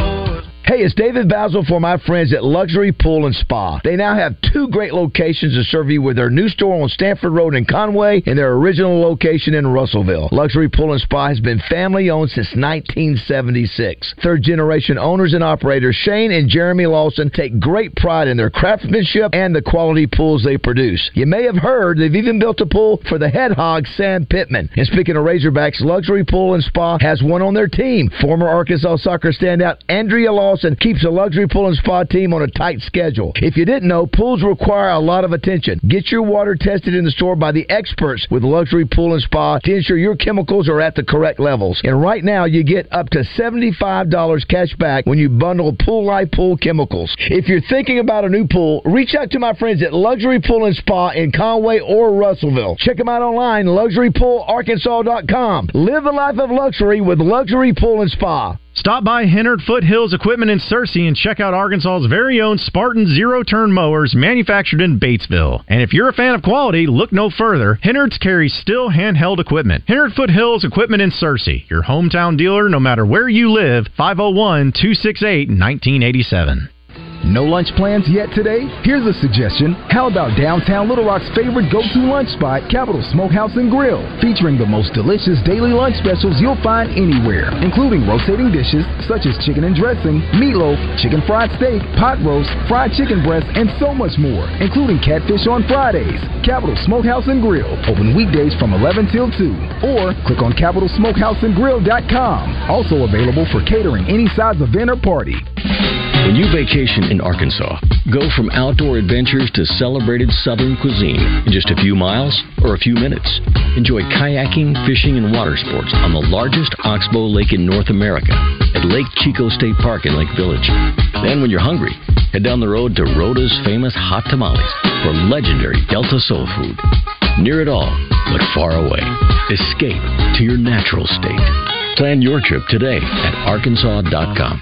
Hey, it's David Basil for my friends at Luxury Pool and Spa. They now have two great locations to serve you with their new store on Stanford Road in Conway and their original location in Russellville. Luxury Pool and Spa has been family owned since 1976. Third generation owners and operators Shane and Jeremy Lawson take great pride in their craftsmanship and the quality pools they produce. You may have heard they've even built a pool for the head hog Sam Pittman. And speaking of Razorbacks, Luxury Pool and Spa has one on their team. Former Arkansas soccer standout Andrea Lawson
keeps a luxury pool and spa team on a tight schedule. If you didn't know, pools require a lot of attention. Get your water tested in the store by the experts with Luxury Pool and Spa to ensure your chemicals are at the correct levels. And right now, you get up to $75 cash back when you bundle Pool Life Pool chemicals. If you're thinking about a new pool, reach out to my friends at Luxury Pool and Spa in Conway or Russellville. Check them out online, luxurypoolarkansas.com. Live the life of luxury with Luxury Pool and Spa.
Stop by Hennard Foothills Equipment in Searcy and check out Arkansas's very own Spartan zero turn mowers manufactured in Batesville. And if you're a fan of quality, look no further. Hennard's carries still handheld equipment. Hennard Foothills Equipment in Searcy, your hometown dealer no matter where you live, 501 268 1987.
No lunch plans yet today? Here's a suggestion. How about downtown Little Rock's favorite go-to lunch spot, Capital Smokehouse and Grill, featuring the most delicious daily lunch specials you'll find anywhere, including rotating dishes such as chicken and dressing, meatloaf, chicken fried steak, pot roast, fried chicken breast, and so much more, including catfish on Fridays. Capital Smokehouse and Grill, open weekdays from 11 till 2, or click on capitalsmokehouseandgrill.com. Also available for catering any size event or party.
When you vacation in Arkansas, go from outdoor adventures to celebrated southern cuisine in just a few miles or a few minutes. Enjoy kayaking, fishing, and water sports on the largest oxbow lake in North America at Lake Chico State Park in Lake Village. Then, when you're hungry, head down the road to Rhoda's famous hot tamales for legendary Delta soul food. Near it all, but far away. Escape to your natural state. Plan your trip today at arkansas.com.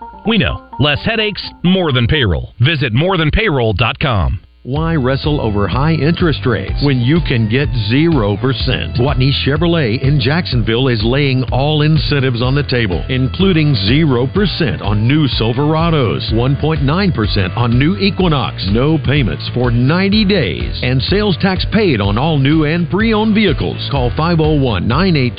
we know. Less headaches, more than payroll. Visit morethanpayroll.com.
Why wrestle over high interest rates when you can get 0%? Watney Chevrolet in Jacksonville is laying all incentives on the table, including 0% on new Silverados, 1.9% on new Equinox, no payments for 90 days, and sales tax paid on all new and pre-owned vehicles. Call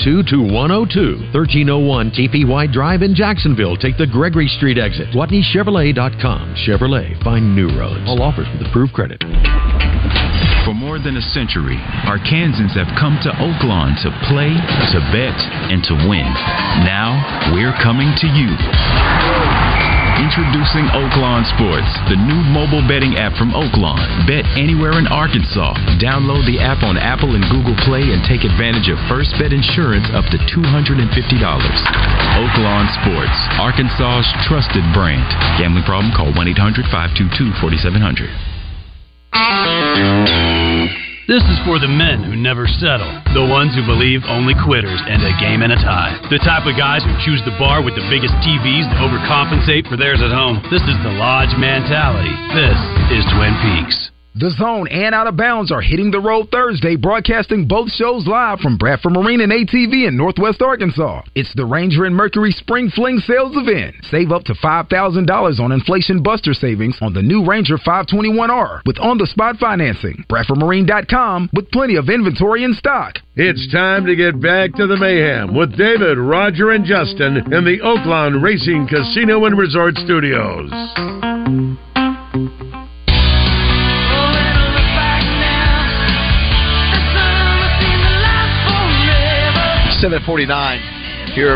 501-982-2102, 1301 TPY Drive in Jacksonville. Take the Gregory Street exit. WatneyChevrolet.com. Chevrolet, find new roads. All offers with approved credit.
For more than a century, Arkansans have come to Oaklawn to play, to bet, and to win. Now, we're coming to you. Introducing Oaklawn Sports, the new mobile betting app from Oaklawn. Bet anywhere in Arkansas. Download the app on Apple and Google Play and take advantage of first bet insurance up to $250. Oaklawn Sports, Arkansas's trusted brand. Gambling problem? Call 1 800 522 4700.
This is for the men who never settle, the ones who believe only quitters and a game and a tie. The type of guys who choose the bar with the biggest TVs to overcompensate for theirs at home. This is the lodge mentality. This is Twin Peaks.
The Zone and Out of Bounds are hitting the road Thursday, broadcasting both shows live from Bradford Marine and ATV in Northwest Arkansas. It's the Ranger and Mercury Spring Fling Sales Event. Save up to $5,000 on inflation buster savings on the new Ranger 521R with on-the-spot financing. BradfordMarine.com with plenty of inventory in stock.
It's time to get back to the mayhem with David, Roger, and Justin in the Oaklawn Racing Casino and Resort Studios.
Seven forty-nine here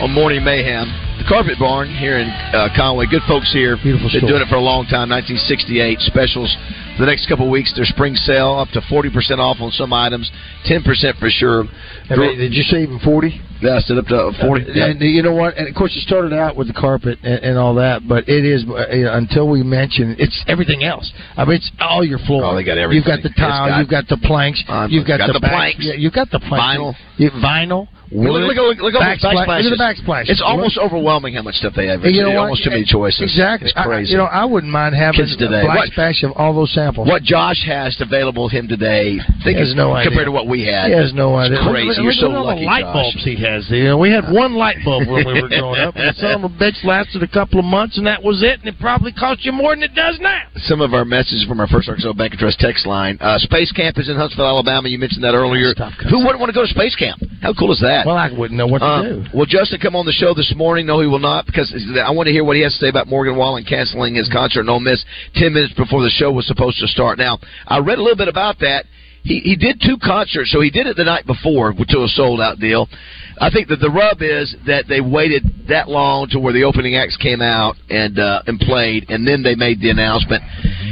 on Morning Mayhem, the Carpet Barn here in uh, Conway. Good folks here. Beautiful Been
store.
doing it for a long time. 1968 specials. The next couple weeks, their spring sale up to 40% off on some items, 10% for sure.
I mean, did you say even 40?
Yeah, I said up to 40.
And, and you know what? And of course, it started out with the carpet and, and all that, but it is uh, you know, until we mention it's everything else. I mean, it's all your floor.
Oh, they got
You've got
everything.
the
It's got-
tile.
Uh,
you've got the planks.
Um,
you've got,
got the
back-
planks.
Yeah, you've got the planks.
Vinyl.
You- vinyl.
Look, look, look, look at all those
Backsplash-
backsplashes.
into the backsplash.
It's almost overwhelming how much stuff they have.
And you know
It's almost
what?
too many choices.
Exactly.
It's crazy.
I, you know, I wouldn't mind having
Kids
a
today.
black
What?
splash of all those samples.
what Josh has available him today, I think
He has
it's
no idea.
compared to what we had.
He has no idea.
It's
Look-
crazy.
look-
You're
look
so
at all the
lucky,
light
Josh.
bulbs he has. You know, we had one light bulb when we were growing up. And some of the bitch lasted a couple of months, and that was it. And it probably cost you more than it does now.
some of our messages from our First Arkansas Bank and Trust text line. Uh, Space Camp is in Huntsville, Alabama. You mentioned that earlier. Who wouldn't want to go to Space Camp? How cool is that? Uh,
Well, I wouldn't know what to do.
Will Justin come on the show this morning? No, he will not because I want to hear what he has to say about Morgan Wallen canceling his concert in Ole Miss ten minutes before the show was supposed to start. Now, I read a little bit about that. He, he did two concerts, so he did it the night before to a sold out deal. I think that the rub is that they waited that long to where the opening acts came out and uh, and played, and then they made the announcement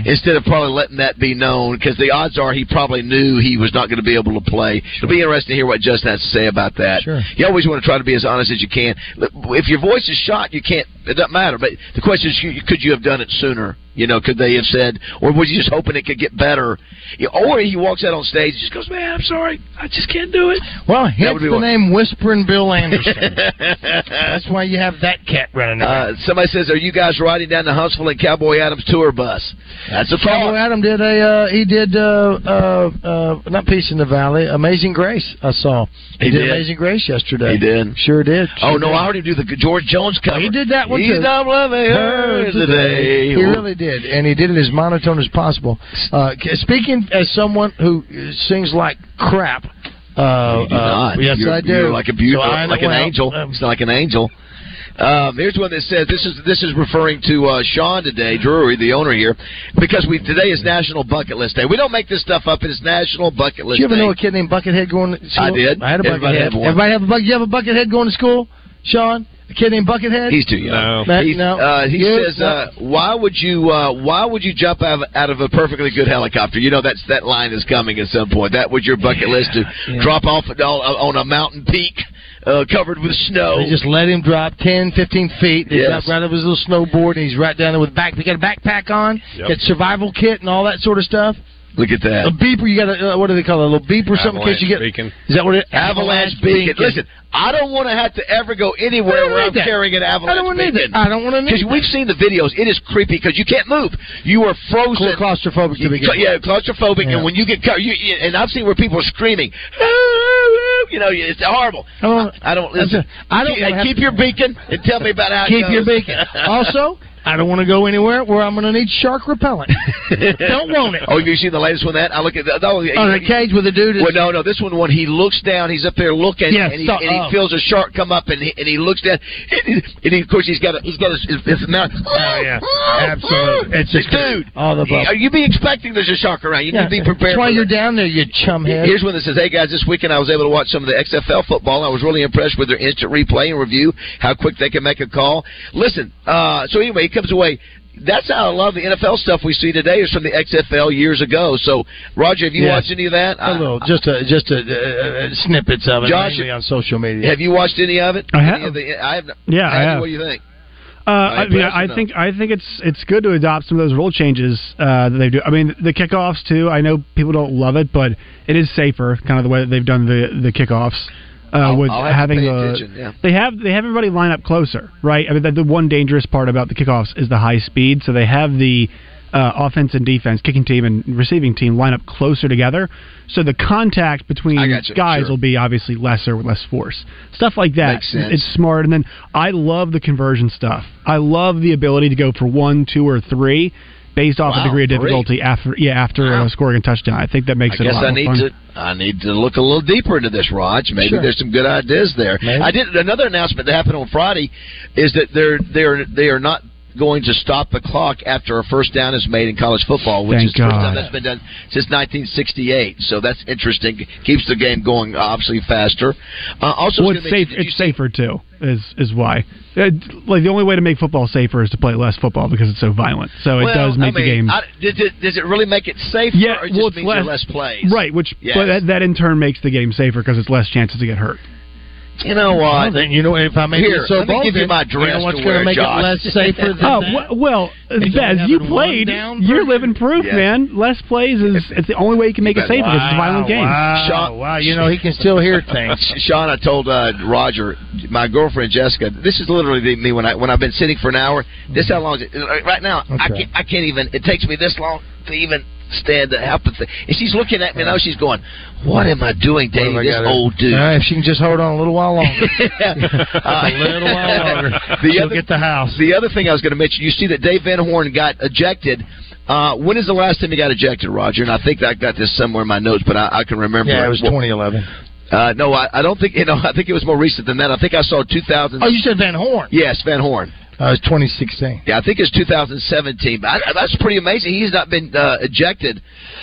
instead of probably letting that be known because the odds are he probably knew he was not going to be able to play. It'll be interesting to hear what Justin has to say about that.
Sure.
You always want to try to be as honest as you can. Look, If your voice is shot, you can't. It doesn't matter. But the question is, you- could you have done it sooner? You know, could they have said, or was you just hoping it could get better? You- Or he walks out on stage and just goes, "Man, I'm sorry, I just can't do it."
Well,
That
hence
would be
the
one.
name Whispering Bill Anderson. That's why you have that cat running around.
Uh, somebody says, "Are you guys riding down to Huntsville in Cowboy Adams tour bus?" That's a
Cowboy
thought.
Adam did a uh, he did uh, uh, uh, not Peace in the Valley, Amazing Grace. I saw he,
He
did,
did.
Amazing Grace yesterday.
He did.
Sure did.
Oh
Sure
no,
did.
I already do the George Jones cover.
He did that one
He's
too.
not loving her today.
He really did, and he did it as monotone as possible. Uh, c- speaking as someone who uh, sings like crap. Uh,
You do
uh,
not.
yes,
you're,
I do.
You're like a beautiful,
So I-
like an
well,
angel. It's like an angel. Um, here's one that says this is this is referring to uh, Sean today, Drury, the owner here, because we today is National Bucket List Day. We don't make this stuff up. It is National Bucket
Did
List
you ever
Day.
know a kid named Buckethead going? To school?
I did.
I had a
Everybody
Buckethead.
had one.
Everybody have a bucket. You have a Buckethead going to school, Sean? A kid named Buckethead.
He's too young.
That-
He's-
no.
uh, he
You-
says, uh, "Why would you? Uh, why would you jump out of, out of a perfectly good helicopter? You know that's that line is coming at some point. That was your bucket list to drop off on, on a mountain peak uh, covered with snow.
They just let him drop 10, 15 feet. He
Yes.
dropped right over his little snowboard, and he's right down there with back. He got a backpack on,
Yep.
got survival kit, and all that sort of stuff.
Look at that.
A beeper, you got a uh, what do they call it? A little beeper, or something in case you get. Is that what it?
Avalanche beacon. Listen, I don't want to have to ever go anywhere where I'm
need that.
carrying an
I
avalanche
don't need
beacon.
that. I don't want to need
Because
that.
we've seen the videos, it is creepy because you can't move. You are frozen,
claustrophobic.
You,
begin with.
yeah, claustrophobic, and
Yeah.
when you get cut, you, you- and I've seen where people are screaming. You know, it's horrible.
I don't.
I don't
Oh, That's
listen.
a- I don't
Keep,
wanna
hey,
have
keep
to-
your beacon and tell me about how. it
Keep your
goes.
beacon. Also, I don't want to go anywhere where I'm going to need shark repellent. don't want it.
Oh, you see the latest one that I look at. The, no,
Oh, the cage with the dude. Is,
Well, no, no. This one, when he looks down, he's up there looking,
Yes,
and, he,
so-
and he
oh.
feels a shark come up, and he, and he looks down, and, he, and he, of course he's got a, he's got his, his, his mouth. Oh yeah, absolutely.
It's a
dude.
All the bubbles.
Are you be expecting there's a shark around? You
Yeah.
need to be prepared.
That's
for
why you're
that.
down there, you chumhead.
Here's one that says, "Hey guys, this weekend I was able to watch some of the XFL football. I was really impressed with their instant replay and review. How quick they can make a call. Listen. Uh, so anyway, it comes away. That's how I love the NFL stuff we see today is from the XFL years ago. So Roger, have you
Yes.
watched any of that?
a little, just a, just a, uh, uh, snippets of it,
Josh,
mainly on social media.
Have you watched any of it?
I
Any
have.
of the- I have. not-
Yeah, I
Andy,
have.
What do you think?
Uh, I, mean,
impressed or
I
no?
think I think it's it's good to adopt some of those rule changes uh, that they do. I mean, the kickoffs too. I know people don't love it, but it is safer, kind of the way that they've done the the kickoffs uh, with
I'll have to
having
pay
the
attention, yeah.
they have they have everybody line up closer, right? I mean, the, the one dangerous part about the kickoffs is the high speed. So they have the uh, offense and defense, kicking team and receiving team, line up closer together. So the contact between
you,
guys
sure.
will be obviously lesser with less force. Stuff like that.
Makes sense.
It's smart. And then I love the conversion stuff. I love the ability to go for one, two, or three. Based off
Wow,
a degree of
three.
difficulty after yeah after uh, scoring a touchdown, I think that makes
I
it a
guess
lot
I
more
need
fun.
to I need to look a little deeper into this, Raj. Maybe
Sure.
there's some good ideas there. I did another announcement that happened on Friday is that they're they're they are not going to stop the clock after a first down is made in college football, which
Thank
is the first time
God.
that's been done since 1968. So that's interesting. Keeps the game going obviously faster. Uh, also,
well,
it's
it's
gonna
safe. It's safer too. Is is why? It, like the only way to make football safer is to play less football because it's so violent. So it
Well,
does make
I mean,
the game
I, does, it, does it really make it safer,
Yeah,
or it just
well, it's
means
less-
there are less plays?
right, which
Yes.
but that, that in turn makes the game safer because it's less chances to get hurt.
You
uh,
know what?
Well, then, you know, if I may
Here,
be so
let me
bold,
give you
then,
my
you know
dress
what's
to
gonna
wear,
make
Josh.
it less safer than
Oh,
that?
wh- well,
Is
Bez,
having
you
one
played.
down
You're living proof,
Yes.
man. Less plays is it's the only way you can make it safer. because It's a violent game.
Sean- Sean, I told uh, Roger, my girlfriend Jessica, this is literally me when I when I've been sitting for an hour. This how long is it? Right now, I
Okay.
can't I can't even. It takes me this long to even stand to help the thing. And she's looking at me now. She's going, "What am I doing, dating
I
this
got her?
old dude?"
Oh All right, if she can just hold on a little while longer.
Uh,
a little while longer.
the
She'll
other,
get the house.
The other thing I was going to mention, you see that Dave Van Horn got ejected. Uh, when is the last time he got ejected, Roger? And I think I got this somewhere in my notes, but I, I can remember.
Yeah, it was
2011.
Uh, no, I, I don't think. You know, I think it was more recent than that. I think I saw 2000.
Oh, you said Van Horn.
Yes, Van Horn.
I was 2016.
Yeah, I think it's 2017. But I, that's pretty amazing. He's not been uh, ejected.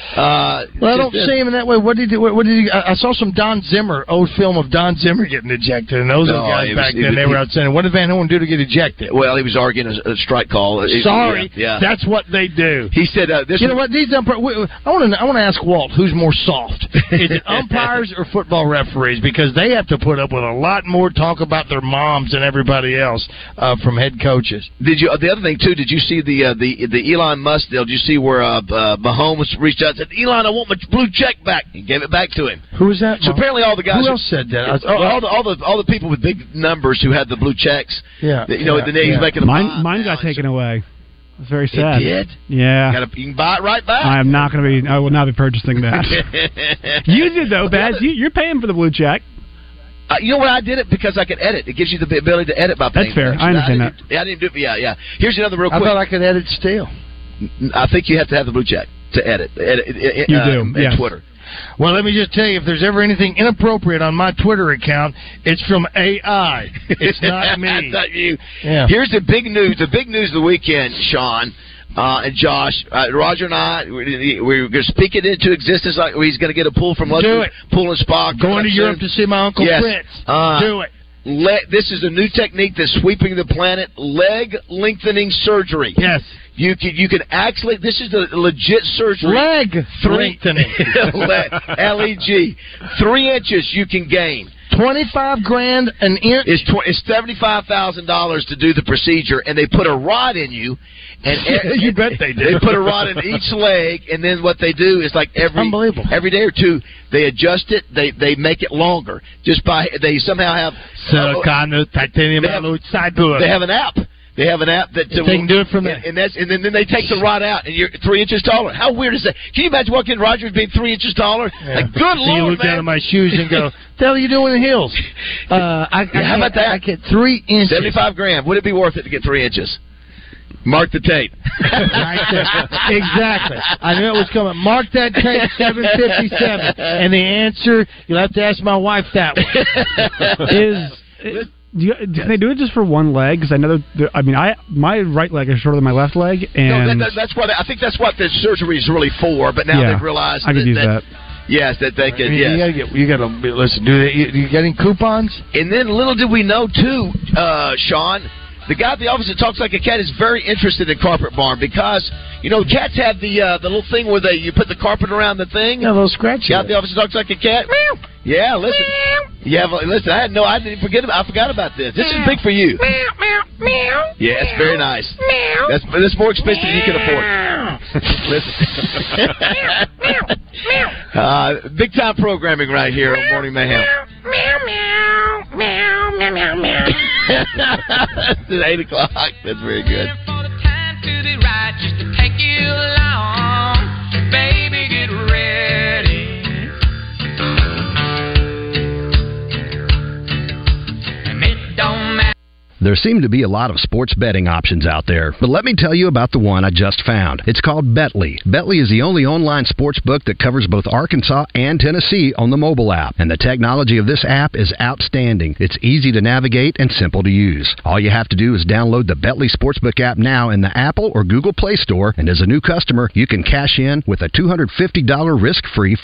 Uh,
Well, I
since
don't
then.
see him in that way. What did he, what, what did he, I I saw some Don Zimmer old film of Don Zimmer getting ejected, and those
No,
were guys
it was-
back
it
then
was-
they were out saying, "What did Van Horn do to get ejected?"
Well, he was arguing a, a strike call. It-
Sorry,
yeah, yeah.
that's what they do.
He said, uh, "This
You know what? These umpires. I want to. I want to ask Walt, who's more soft, is it umpires or football referees? Because they have to put up with a lot more talk about their moms and everybody else uh, from head coaches.
Did you? uh, The other thing too. Did you see the uh, the the Elon Musk deal? Did you see where uh, uh, Mahomes reached out and said, "Elon, I want my blue check back." He gave it back to him.
Who was that?
So apparently, all the guys.
Who else said that? I was- oh,
All, all the, all the all the people with big numbers who had the blue checks.
Yeah,
You know,
yeah,
the name's
yeah.
making a
mine. Mine got taken away. It's very sad.
did?
Yeah.
You, gotta, you can buy it right back.
I am not going to be. I will not be purchasing that. you did though, Baz. You, you're paying for the blue check.
Uh, you know what? I did it because I could edit. It gives you the ability to edit my
That's
things.
fair. I understand
didn't- Yeah, I didn't do it. Yeah, yeah. Here's another real
I
quick.
thought I could edit still.
I think you have to have the blue check to edit. edit, edit
You
uh,
do,
and
yes.
Twitter.
Well, let me just tell you, if there's ever anything inappropriate on my Twitter account, it's from AI. It's not me.
not you.
Yeah.
Here's the big news. The big news of the weekend, Sean. Uh, and Josh, uh, Roger and I, we, we're going to speak it into existence. Like he's going to get a pool from Luxury
Do it.
Pool and Spa. coming
Going
up
to
soon.
Europe to see my uncle
yes.
Fritz.
Uh,
Do it.
Le- this is a new technique that's sweeping the planet: leg lengthening surgery.
Yes,
you can you can actually. This is a legit surgery.
Leg lengthening.
L E G. Three inches you can gain.
Twenty-five grand an inch.
It's tw- it's seventy five thousand dollars to do the procedure, and they put a rod in you. And
You bet they do.
They put a rod in each leg, and then what they do is like every
unbelievable.
every day or two, they adjust it. They they make it longer just by they somehow have
Silicone, titanium
They have-
alloy sideboard.
They have an app. They have an app that
They can do it from there.
and, and that's and then, then they take the rod out, and you're three inches taller. How weird is that? Can you imagine walking in Rogers being three inches taller? Like, good
so You
lord,
look
man!
down at my shoes and go, "The hell are you doing in heels?" Uh, I, I
How about
can't-
that?
I get three inches.
Seventy-five grand. Would it be worth it to get three inches? Mark the tape.
Right there. exactly. I knew it was coming. Mark that tape, seven fifty-seven, and the answer you'll have to ask my wife that one
Is- Do you, Can they do it just for one leg? Because I know. that- I mean, I my right leg is shorter than my left leg,
No, that,
and
that, that's what I think. That's what the surgery is really for. But now
Yeah.
they've realized
I could
that,
use
that-
that.
Yes, that they could.
You,
Yes.
gotta get. You gotta be- listen. Do they, you, you got any coupons?
And then little did we know too, uh, Sean, the guy at the office that talks like a cat is very interested in carpet barn because you know cats have the uh, the little thing where they you put the carpet around the thing.
Yeah, those scratches.
Guy at the office that talks like a cat. Meow. Yeah, listen. Yeah, but listen. I had no. I didn't forget. I forgot about this. This is big for you.
meow.
Yeah, it's very nice. That's that's more expensive than you can afford. Listen. uh, big time programming right here on Morning Mayhem.
Meow, meow, meow, meow.
it's eight o'clock. That's very good.
to the right just to take you along. Baby, get ready. And it don't matter.
There seem to be a lot of sports betting options out there, but let me tell you about the one I just found. It's called Betley. Betley is the only online sports book that covers both Arkansas and Tennessee on the mobile app, and the technology of this app is outstanding. It's easy to navigate and simple to use. All you have to do is download the Betley Sportsbook app now in the Apple or Google Play Store, and as a new customer, you can cash in with a $250 risk-free